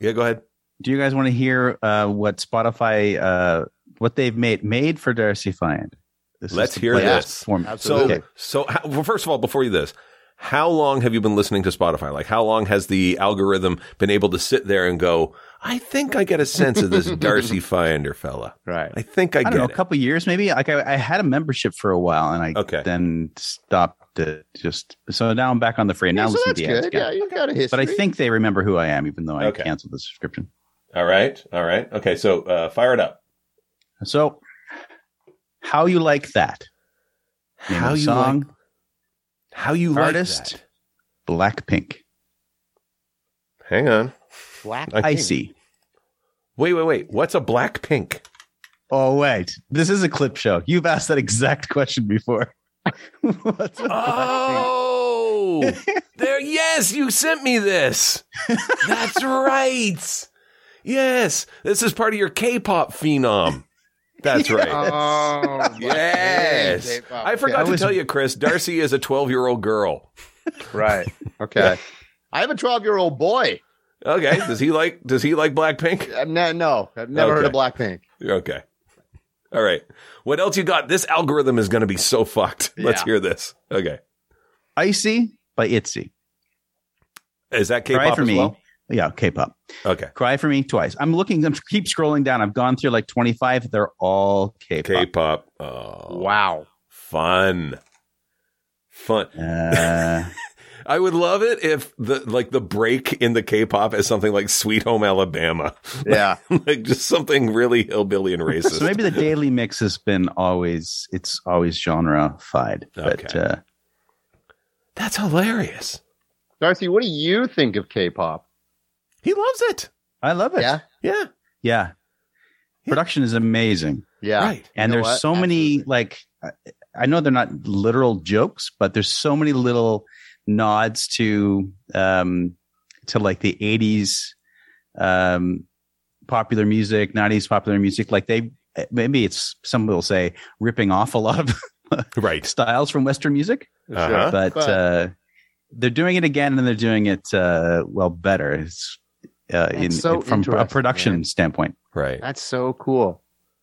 Speaker 1: yeah, go ahead.
Speaker 3: Do you guys want to hear uh, what Spotify uh, what they've made made for Darcy Fiend? This
Speaker 1: Let's
Speaker 3: the
Speaker 1: hear
Speaker 3: playlist
Speaker 1: this.
Speaker 3: format.
Speaker 1: So,
Speaker 2: Absolutely.
Speaker 1: so how, well, first of all, before you this, how long have you been listening to Spotify? Like, how long has the algorithm been able to sit there and go, I think I get a sense of this Darcy Finder fella.
Speaker 2: Right.
Speaker 1: I think I,
Speaker 3: I
Speaker 1: get
Speaker 3: don't know, a
Speaker 1: it.
Speaker 3: couple years maybe. Like I, I had a membership for a while, and I
Speaker 1: Okay.
Speaker 3: then stopped it. Just so now I'm back on the free. now
Speaker 2: Yeah, so
Speaker 3: listen
Speaker 2: that's
Speaker 3: to the ads.
Speaker 2: good.
Speaker 3: again.
Speaker 2: Yeah, you've got a history.
Speaker 3: but I think they remember who I am, even though I
Speaker 1: Okay.
Speaker 3: canceled the subscription.
Speaker 1: All right. All right. Okay. So uh, fire it up.
Speaker 3: So, how you like that? Name
Speaker 1: How
Speaker 3: of
Speaker 1: you
Speaker 3: song?
Speaker 1: like, how you
Speaker 3: Artist?
Speaker 1: like that?
Speaker 3: Blackpink.
Speaker 1: Hang on.
Speaker 2: black
Speaker 1: I
Speaker 3: Icy.
Speaker 1: Wait, wait, wait. What's a black pink?
Speaker 3: Oh wait, this is a clip show. You've asked that exact question before. What's a Blackpink?
Speaker 1: Oh, there. Yes, you sent me this. That's right. Yes, this is part of your K-pop phenom. That's right.
Speaker 2: Oh,
Speaker 1: yes, I forgot
Speaker 3: I
Speaker 1: to
Speaker 3: was-
Speaker 1: tell you, Chris. Darcy is a twelve-year-old girl.
Speaker 2: Right. Okay. I have a 12 year old boy.
Speaker 1: Okay, does he like? Does he like Blackpink?
Speaker 2: I've ne- no, I've never heard of
Speaker 1: Okay.
Speaker 2: Blackpink.
Speaker 1: Okay. All right. What else you got? This algorithm is going to be so fucked. Let's
Speaker 2: Yeah.
Speaker 1: hear this. Okay.
Speaker 3: Icy by Itzy.
Speaker 1: Is that K-pop
Speaker 3: Cry for
Speaker 1: as
Speaker 3: me.
Speaker 1: well?
Speaker 3: Yeah, K-pop.
Speaker 1: Okay.
Speaker 3: Cry for me twice. I'm looking. I'm keep scrolling down. I've gone through like 25. They're all K-pop.
Speaker 1: K-pop. Oh,
Speaker 2: Wow.
Speaker 1: fun. Fun.
Speaker 3: Uh,
Speaker 1: I would love it if the like the break in the K-pop is something like Sweet Home Alabama,
Speaker 2: Yeah.
Speaker 1: like just something really hillbilly and racist.
Speaker 3: so maybe the daily mix has been always. It's always genre-fied. But
Speaker 1: Okay.
Speaker 3: uh,
Speaker 1: That's hilarious.
Speaker 2: Darcy, what do you think of K pop?
Speaker 1: He loves it.
Speaker 3: I love it.
Speaker 2: Yeah.
Speaker 1: Yeah,
Speaker 3: Yeah. Production is amazing.
Speaker 2: Yeah.
Speaker 1: right.
Speaker 3: And
Speaker 2: know
Speaker 3: there's
Speaker 2: what?
Speaker 3: so many, like, I- I know they're not literal jokes, but there's so many little nods to, um, to like the 80s, um, popular music, 90s popular music. Like they, maybe it's, some will say ripping off a lot of
Speaker 1: Right.
Speaker 3: styles from Western music,
Speaker 1: Uh-huh.
Speaker 3: but,
Speaker 2: But-
Speaker 3: uh, they're doing it again and they're doing it, uh, well, better. It's, uh, in,
Speaker 2: so
Speaker 3: from a
Speaker 2: interesting,
Speaker 3: production
Speaker 2: man.
Speaker 3: standpoint.
Speaker 1: Right.
Speaker 2: That's so cool.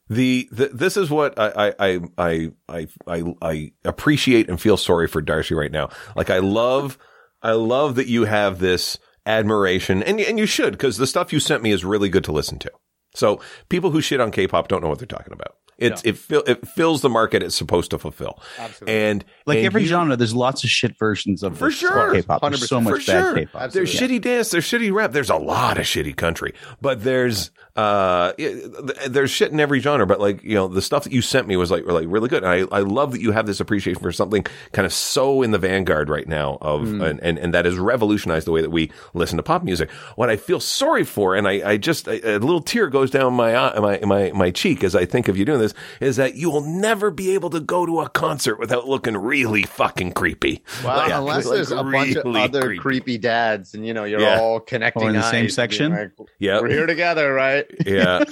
Speaker 1: the, the this is what I I I I I I appreciate and feel sorry for Darcy right now. Like I love I love that you have this admiration and and you should because the stuff you sent me is really good to listen to. So people who shit on K-pop don't know what they're talking about. It's it fill, it fills the market it's supposed to fulfill.
Speaker 2: Absolutely.
Speaker 1: And
Speaker 3: Like
Speaker 1: and
Speaker 3: every
Speaker 1: you-
Speaker 3: genre, there's lots of shit versions of
Speaker 1: For
Speaker 3: this
Speaker 1: sure.
Speaker 3: K-pop. There's so
Speaker 2: 100%.
Speaker 3: much
Speaker 1: for
Speaker 3: bad
Speaker 1: sure.
Speaker 3: K-pop.
Speaker 1: There's
Speaker 2: Absolutely.
Speaker 1: shitty dance. There's shitty rap. There's a lot of shitty country, but there's uh, it- there's shit in every genre. But like you know, the stuff that you sent me was like were like really good. And I I love that you have this appreciation for something kind of so in the vanguard right now of
Speaker 3: Hmm.
Speaker 1: and, and and that has revolutionized the way that we listen to pop music. What I feel sorry for, and I I just a, a little tear goes down my eye, my my my cheek as I think of you doing this, is that you will never be able to go to a concert without looking really fucking creepy.
Speaker 2: Wow,
Speaker 1: Like,
Speaker 2: unless
Speaker 1: like,
Speaker 2: there's a bunch of
Speaker 1: really
Speaker 2: other creepy. dads, and you know you're
Speaker 1: Yeah.
Speaker 2: all connecting
Speaker 3: Or in the same
Speaker 2: eyes and being
Speaker 3: section?
Speaker 2: like,
Speaker 1: Yeah.
Speaker 2: We're here together, right?
Speaker 1: Yeah.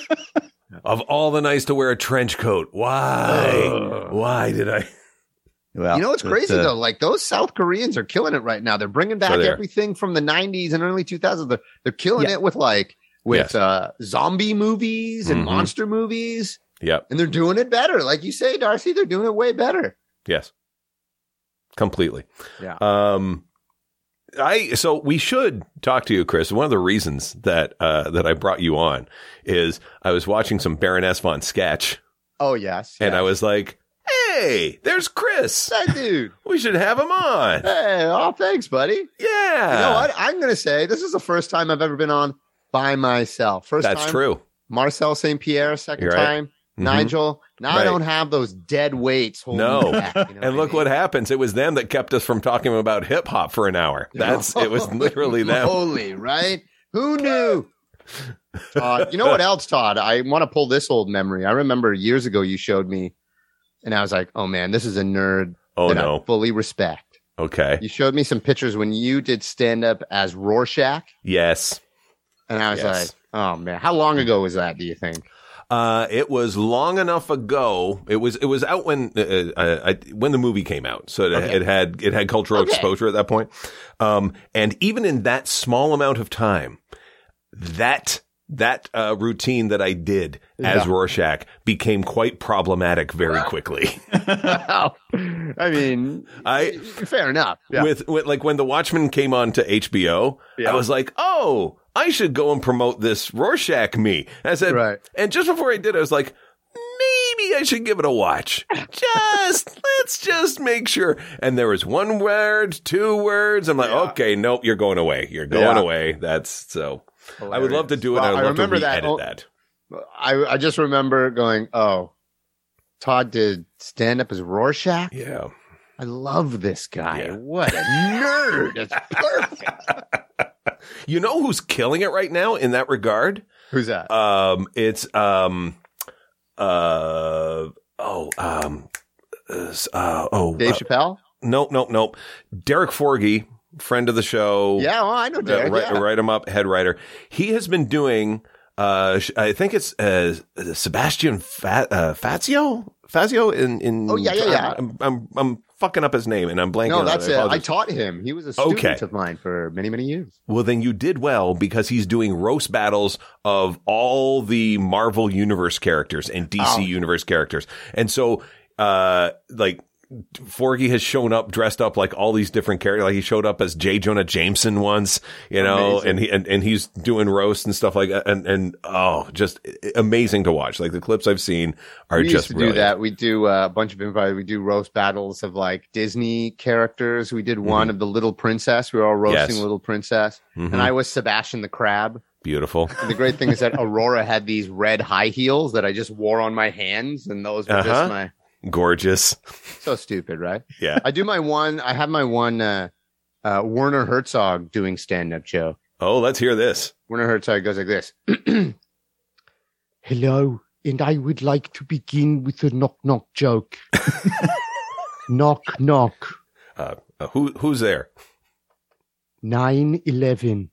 Speaker 1: of all the nights to wear a trench coat, why? Why did I?
Speaker 3: Well,
Speaker 2: you know what's
Speaker 3: but,
Speaker 2: crazy
Speaker 3: uh,
Speaker 2: though? Like those South Koreans are killing it right now. They're bringing back
Speaker 1: So they are.
Speaker 2: everything from the '90s and early 2000s. They're, they're killing
Speaker 3: Yeah.
Speaker 2: it with like with
Speaker 1: Yes.
Speaker 2: uh, zombie movies and
Speaker 1: Mhm.
Speaker 2: monster movies,
Speaker 1: Yep.
Speaker 2: and they're doing it better. Like you say, Darcy, they're doing it way better.
Speaker 1: Yes. Completely.
Speaker 2: Yeah.
Speaker 1: Um. I so we should talk to you, Chris. One of the reasons that uh, that I brought you on is I was watching some Baroness von Sketch,
Speaker 2: Oh yes,
Speaker 1: and
Speaker 2: yes.
Speaker 1: I was like, "Hey, there's Chris.
Speaker 2: that dude.
Speaker 1: We should have him on."
Speaker 2: Hey, oh thanks, buddy.
Speaker 1: Yeah.
Speaker 2: You know what? I'm gonna say this is the first time I've ever been on by myself. First
Speaker 1: That's
Speaker 2: time,
Speaker 1: true.
Speaker 2: Marcel St. Pierre, 2nd
Speaker 1: You're right. Mm-hmm.
Speaker 2: time, Nigel. Now I
Speaker 1: Right.
Speaker 2: don't have those dead weights holding
Speaker 1: No.
Speaker 2: me back. you know
Speaker 1: And look
Speaker 2: I mean?
Speaker 1: what happens. It was them that kept us from talking about hip hop for an hour. That's it was literally them.
Speaker 2: Holy, right? Who knew? Todd, you know what else, Todd? I want to pull this old memory. I remember years ago you showed me, and I was like, "Oh man, this is a nerd
Speaker 1: Oh
Speaker 2: that I
Speaker 1: no.
Speaker 2: fully respect."
Speaker 1: Okay.
Speaker 2: You showed me some pictures when you did stand up as Rorschach,
Speaker 1: Yes.
Speaker 2: and I was
Speaker 1: Yes.
Speaker 2: like, "Oh man, how long ago was that? Do you think?"
Speaker 1: Uh, it was long enough ago. It was it was out when uh, uh, I, when the movie came out, so it, it had it had cultural
Speaker 2: Okay.
Speaker 1: exposure at that point. Um, and even in that small amount of time, that that uh, routine that I did as
Speaker 2: Yeah.
Speaker 1: Rorschach became quite problematic very quickly.
Speaker 2: I mean,
Speaker 1: I
Speaker 2: fair enough. Yeah.
Speaker 1: with, with like when the Watchmen came on to HBO,
Speaker 2: Yeah.
Speaker 1: I was like, oh, I should go and promote this Rorschach me. And I said,
Speaker 2: Right.
Speaker 1: and just before I did, I was like, maybe I should give it a watch. Just let's just make sure. And there was one word, two words. I'm like, okay, nope, you're going away. You're going
Speaker 2: Yeah.
Speaker 1: away. That's so. I would love to do it.
Speaker 2: Well,
Speaker 1: I would
Speaker 2: I
Speaker 1: love
Speaker 2: remember
Speaker 1: to
Speaker 2: that.
Speaker 1: re-edit
Speaker 2: Oh,
Speaker 1: that.
Speaker 2: I, I just remember going, oh, Todd did stand up as Rorschach.
Speaker 1: Yeah.
Speaker 2: I love this guy.
Speaker 1: Yeah.
Speaker 2: What a nerd. It's perfect.
Speaker 1: You know who's killing it right now in that regard?
Speaker 2: Who's that?
Speaker 1: Um, it's um, uh, oh, um, uh, oh,
Speaker 2: Dave
Speaker 1: uh,
Speaker 2: Chappelle?
Speaker 1: nope, nope, nope. Derek Forgy, friend of the show,
Speaker 2: Yeah, well, I know
Speaker 1: uh,
Speaker 2: Derek.
Speaker 1: write,
Speaker 2: yeah.
Speaker 1: write him up, head writer. He has been doing. Uh, sh- I think it's uh, Sebastian Fa- uh, Fazio. Fazio in in.
Speaker 2: Oh, yeah, yeah, yeah.
Speaker 1: I'm, I'm I'm fucking up his name, and I'm blanking.
Speaker 2: No,
Speaker 1: on
Speaker 2: that's
Speaker 1: I
Speaker 2: it. I
Speaker 1: apologize.
Speaker 2: taught him. He was a student
Speaker 1: Okay.
Speaker 2: of mine for many, many years.
Speaker 1: Well, then you did well because he's doing roast battles of all the Marvel Universe characters and DC
Speaker 2: Oh.
Speaker 1: Universe characters. And so, uh, like, Forgy has shown up dressed up like all these different characters. Like he showed up as J. Jonah Jameson once, you know,
Speaker 2: Amazing.
Speaker 1: and he and, and he's doing roasts and stuff like that. And and oh, just i- amazing to watch. Like the clips I've seen are
Speaker 2: we
Speaker 1: just
Speaker 2: used to
Speaker 1: brilliant.
Speaker 2: do that. We do uh, a bunch of improv. We do roast battles of like Disney characters. We did one of the Little Princess. We were all roasting
Speaker 1: Mm-hmm. Yes.
Speaker 2: Little Princess,
Speaker 1: Mhm.
Speaker 2: and I was Sebastian the Crab.
Speaker 1: Beautiful.
Speaker 2: And the great thing is that Aurora had these red high heels that I just wore on my hands, and those were
Speaker 1: Uh-huh.
Speaker 2: just my
Speaker 1: Gorgeous.
Speaker 2: so stupid, right?
Speaker 1: Yeah.
Speaker 2: I do my one. I have my one. Uh, uh, Werner Herzog doing stand up show.
Speaker 1: Oh, let's hear this.
Speaker 2: Werner Herzog goes like this. Hello, and I would like to begin with a knock knock joke. knock knock
Speaker 1: Uh, uh, who who's there?
Speaker 2: nine eleven.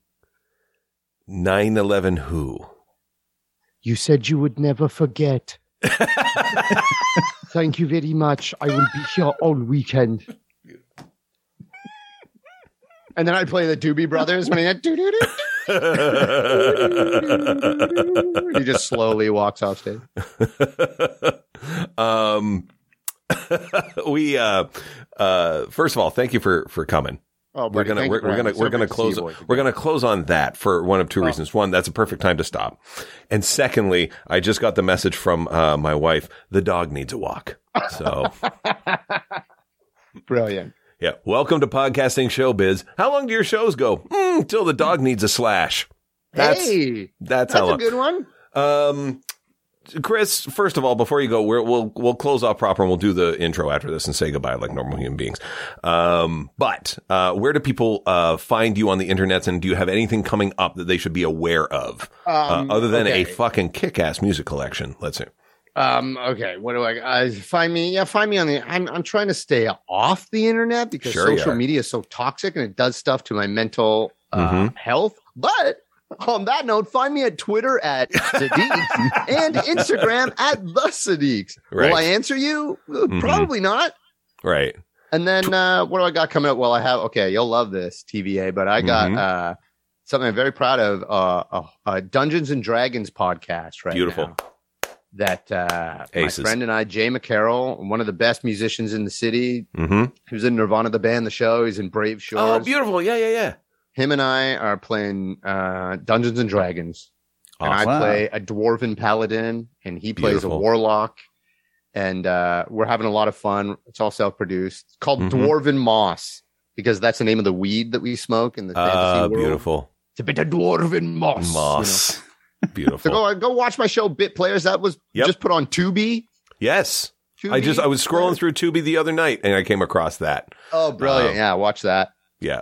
Speaker 1: Nine eleven. Who?
Speaker 2: You said you would never forget. Thank you very much. I will be here all weekend. And then I'd play the Doobie Brothers when I did. He just slowly walks off stage.
Speaker 1: um, we uh, uh, first of all, thank you for for coming.
Speaker 2: Oh,
Speaker 1: We're
Speaker 2: buddy,
Speaker 1: gonna
Speaker 2: thank
Speaker 1: we're,
Speaker 2: you for
Speaker 1: we're
Speaker 2: having
Speaker 1: gonna
Speaker 2: me. So
Speaker 1: we're gonna
Speaker 2: great to see
Speaker 1: close
Speaker 2: you boys again. Oh.
Speaker 1: we're gonna close on that for one of two reasons. One, that's a perfect time to stop, and secondly, I just got the message from uh, my wife: the dog needs a walk. So
Speaker 2: Brilliant.
Speaker 1: yeah, welcome to podcasting showbiz. How long do your shows go? Mm, till the dog needs a slash. That's
Speaker 2: hey,
Speaker 1: that's, how
Speaker 2: that's a
Speaker 1: long.
Speaker 2: good one.
Speaker 1: Um, Chris, first of all, before you go, we're, we'll we'll close off proper and we'll do the intro after this and say goodbye like normal human beings. Um, but uh, where do people uh, find you on the internet, and do you have anything coming up that they should be aware of
Speaker 2: Um,
Speaker 1: uh, other than
Speaker 2: okay.
Speaker 1: a fucking kick-ass music collection? Let's see.
Speaker 2: Um, okay, what do I uh, find me? Yeah, find me on the. I'm I'm trying to stay off the internet because
Speaker 1: Sure you
Speaker 2: social
Speaker 1: are.
Speaker 2: media is so toxic and it does stuff to my mental uh,
Speaker 1: Mhm.
Speaker 2: health. But on that note, find me at Twitter at Sadiq and Instagram at the Sadiqs.
Speaker 1: Right. Mm-hmm.
Speaker 2: Will I answer you? Uh, Probably not.
Speaker 1: Right.
Speaker 2: And then uh, what do I got coming up? Well, I have okay, you'll love this TVA, but I got
Speaker 1: Mhm.
Speaker 2: uh, something I'm very proud of uh, a, a Dungeons and Dragons podcast right
Speaker 1: Beautiful.
Speaker 2: now that uh, my
Speaker 1: Aces.
Speaker 2: friend and I, Jay McCarroll, one of the best musicians in the city,
Speaker 1: Mm-hmm.
Speaker 2: he was in Nirvana, the band, the show. He's in Brave Shores.
Speaker 1: Oh, beautiful. Yeah, yeah, yeah.
Speaker 2: Him and I are playing uh, Dungeons and Dragons, and I
Speaker 3: Awesome.
Speaker 2: play a dwarven paladin, and he plays a
Speaker 1: Beautiful.
Speaker 2: warlock. And uh, we're having a lot of fun. It's all self-produced. It's called
Speaker 1: Mhm.
Speaker 2: Dwarven Moss because that's the name of the weed that we smoke in the fantasy
Speaker 1: Ah,
Speaker 2: world.
Speaker 1: beautiful.
Speaker 2: It's a bit of dwarven moss. you know.
Speaker 1: Moss.
Speaker 2: So
Speaker 1: Beautiful.
Speaker 2: go go watch my show, Bit Players. That was
Speaker 1: Yep.
Speaker 2: just put on Tubi.
Speaker 1: Yes. I
Speaker 2: Tubi?
Speaker 1: just I was scrolling through Tubi the other night and I came across that.
Speaker 2: Oh, brilliant!
Speaker 1: Um,
Speaker 2: yeah, watch that.
Speaker 1: Yeah.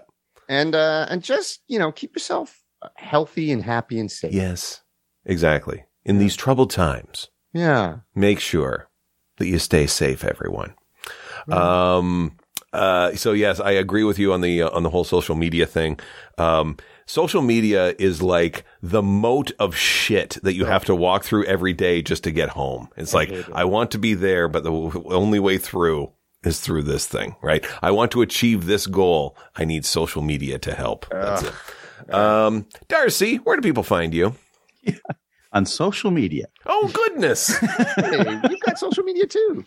Speaker 2: and uh, and just you know keep yourself healthy and happy and safe.
Speaker 1: Yes. Exactly. In these troubled times.
Speaker 2: yeah.
Speaker 1: make sure that you stay safe, everyone. Um, uh, so yes, I agree with you on the uh, on the whole social media thing. Um, social media is like the moat of shit that you have to walk through every day just to get home. It's like I want to be there, but the w- only way through is through this thing, right? I want to achieve this goal. I need social media to help. That's it. Um, Darcy, where do people find you?
Speaker 3: on social media.
Speaker 1: Oh goodness.
Speaker 2: Hey, you've got social media too.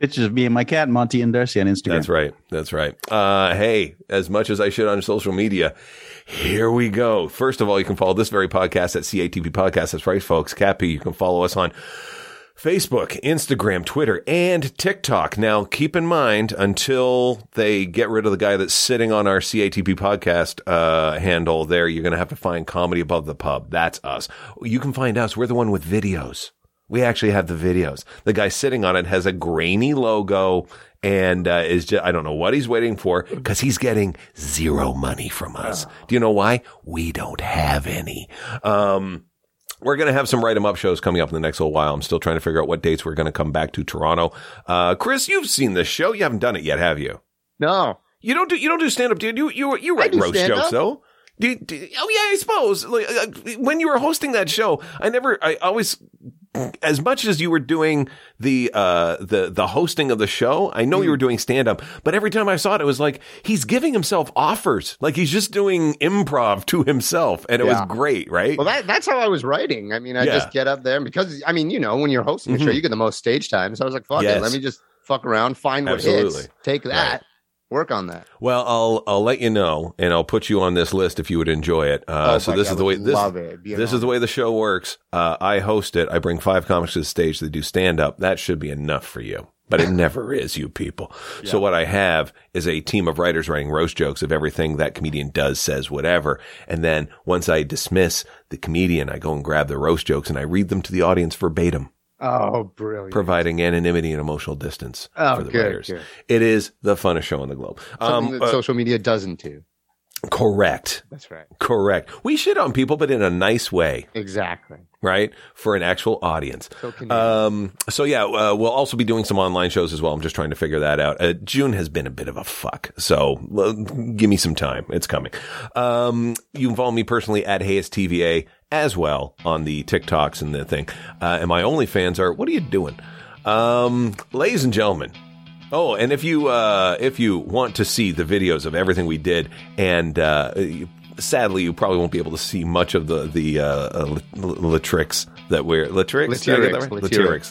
Speaker 3: Pictures of me and my cat, Monty and Darcy, on Instagram.
Speaker 1: That's right. That's right. Uh, hey, as much as I should on social media, here we go. First of all, you can follow this very podcast at CATP Podcast. That's right, folks. Cappy, you can follow us on Facebook, Instagram, Twitter, and TikTok. Now, keep in mind until they get rid of the guy that's sitting on our CATP podcast uh, handle there, you're going to have to find Comedy Above the Pub. That's us. You can find us. We're the one with videos. We actually have the videos. The guy sitting on it has a grainy logo and uh, is just, I don't know what he's waiting for because he's getting zero money from us. Do you know why? We don't have any. Um, we're going to have some write 'em up shows coming up in the next little while. I'm still trying to figure out what dates we're going to come back to Toronto. Uh, Chris, you've seen this show. You haven't done it yet, have you?
Speaker 2: No,
Speaker 1: You don't do you don't do stand up, dude. You you you write
Speaker 2: do
Speaker 1: roast
Speaker 2: stand-up.
Speaker 1: jokes though. Do, you- do- oh yeah, I suppose. Like, uh, when you were hosting that show, I never, I always, as much as you were doing the uh the the hosting of the show, I know
Speaker 2: Hmm.
Speaker 1: you were doing stand up, but every time I saw it, it was like he's giving himself offers, like he's just doing improv to himself, and it
Speaker 2: Yeah.
Speaker 1: was great, right?
Speaker 2: well that that's how I was writing. I mean, I
Speaker 1: Yeah. Mm-hmm.
Speaker 2: just get up there and because I mean, you know, when you're hosting a show, you get the most stage time. So I was like, fuck
Speaker 1: Yes.
Speaker 2: it, let me just fuck around, find what
Speaker 1: Absolutely.
Speaker 2: hits, take that, work on that.
Speaker 1: Well, I'll I'll let you know, and I'll put you on this list if you would enjoy it. Uh,
Speaker 2: Oh
Speaker 1: so
Speaker 2: my
Speaker 1: this
Speaker 2: God,
Speaker 1: is the way
Speaker 2: would
Speaker 1: this
Speaker 2: love it, you
Speaker 1: this
Speaker 2: know.
Speaker 1: is the way the show works. Uh, I host it. I bring five comics to the stage. They do stand up. That should be enough for you, but it never is, you people. So what I have is a team of writers writing roast jokes of everything that comedian does, says, whatever. And then once I dismiss the comedian, I go and grab the roast jokes and I read them to the audience verbatim
Speaker 2: Oh, brilliant!
Speaker 1: providing anonymity and emotional distance
Speaker 2: Oh,
Speaker 1: for the
Speaker 2: good,
Speaker 1: writers.
Speaker 2: good.
Speaker 1: It is the funnest show on the globe.
Speaker 2: Something
Speaker 1: Um,
Speaker 2: that
Speaker 1: uh,
Speaker 2: social media doesn't do.
Speaker 1: correct.
Speaker 2: That's right.
Speaker 1: Correct. We shit on people, but in a nice way,
Speaker 2: Exactly.
Speaker 1: right? For an actual audience.
Speaker 2: So can
Speaker 1: Um, so yeah, uh, we'll also be doing some online shows as well. I'm just trying to figure that out. Uh, June has been a bit of a fuck, so well, give me some time. It's coming. Um, you can follow me personally at HeyesTVA as well on the TikToks and the thing. Uh, and my OnlyFans are, what are you doing? Um, ladies and gentlemen, Oh, and if you uh, if you want to see the videos of everything we did and uh, sadly, you probably won't be able to see much of the the uh, uh, lit- Litrix that we're Litrix, Did I get that right?
Speaker 2: Literics,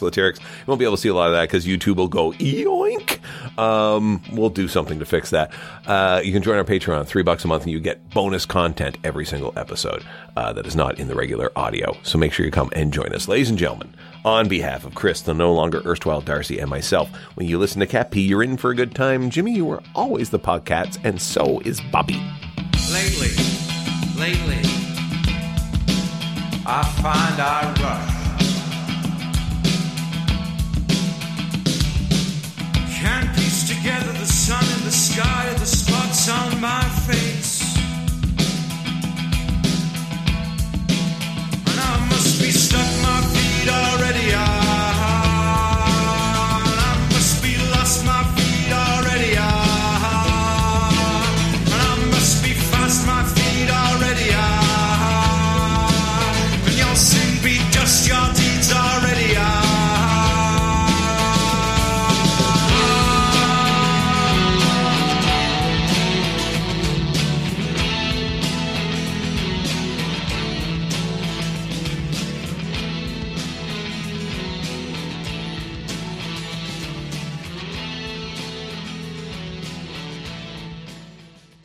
Speaker 1: Literics, Literics. You won't be able to see a lot of that because YouTube will go yoink. Um, we'll do something to fix that. Uh, you can join our Patreon, three bucks a month, and you get bonus content every single episode uh, that is not in the regular audio. So make sure you come and join us, ladies and gentlemen. On behalf of Chris, the no longer erstwhile Darcy, and myself, when you listen to Cat P, you're in for a good time. Jimmy, you are always the podcats, and so is Bobby.
Speaker 5: Lately, lately, I find I rush. Can't piece together the sun in the sky or the spots on my
Speaker 4: ah.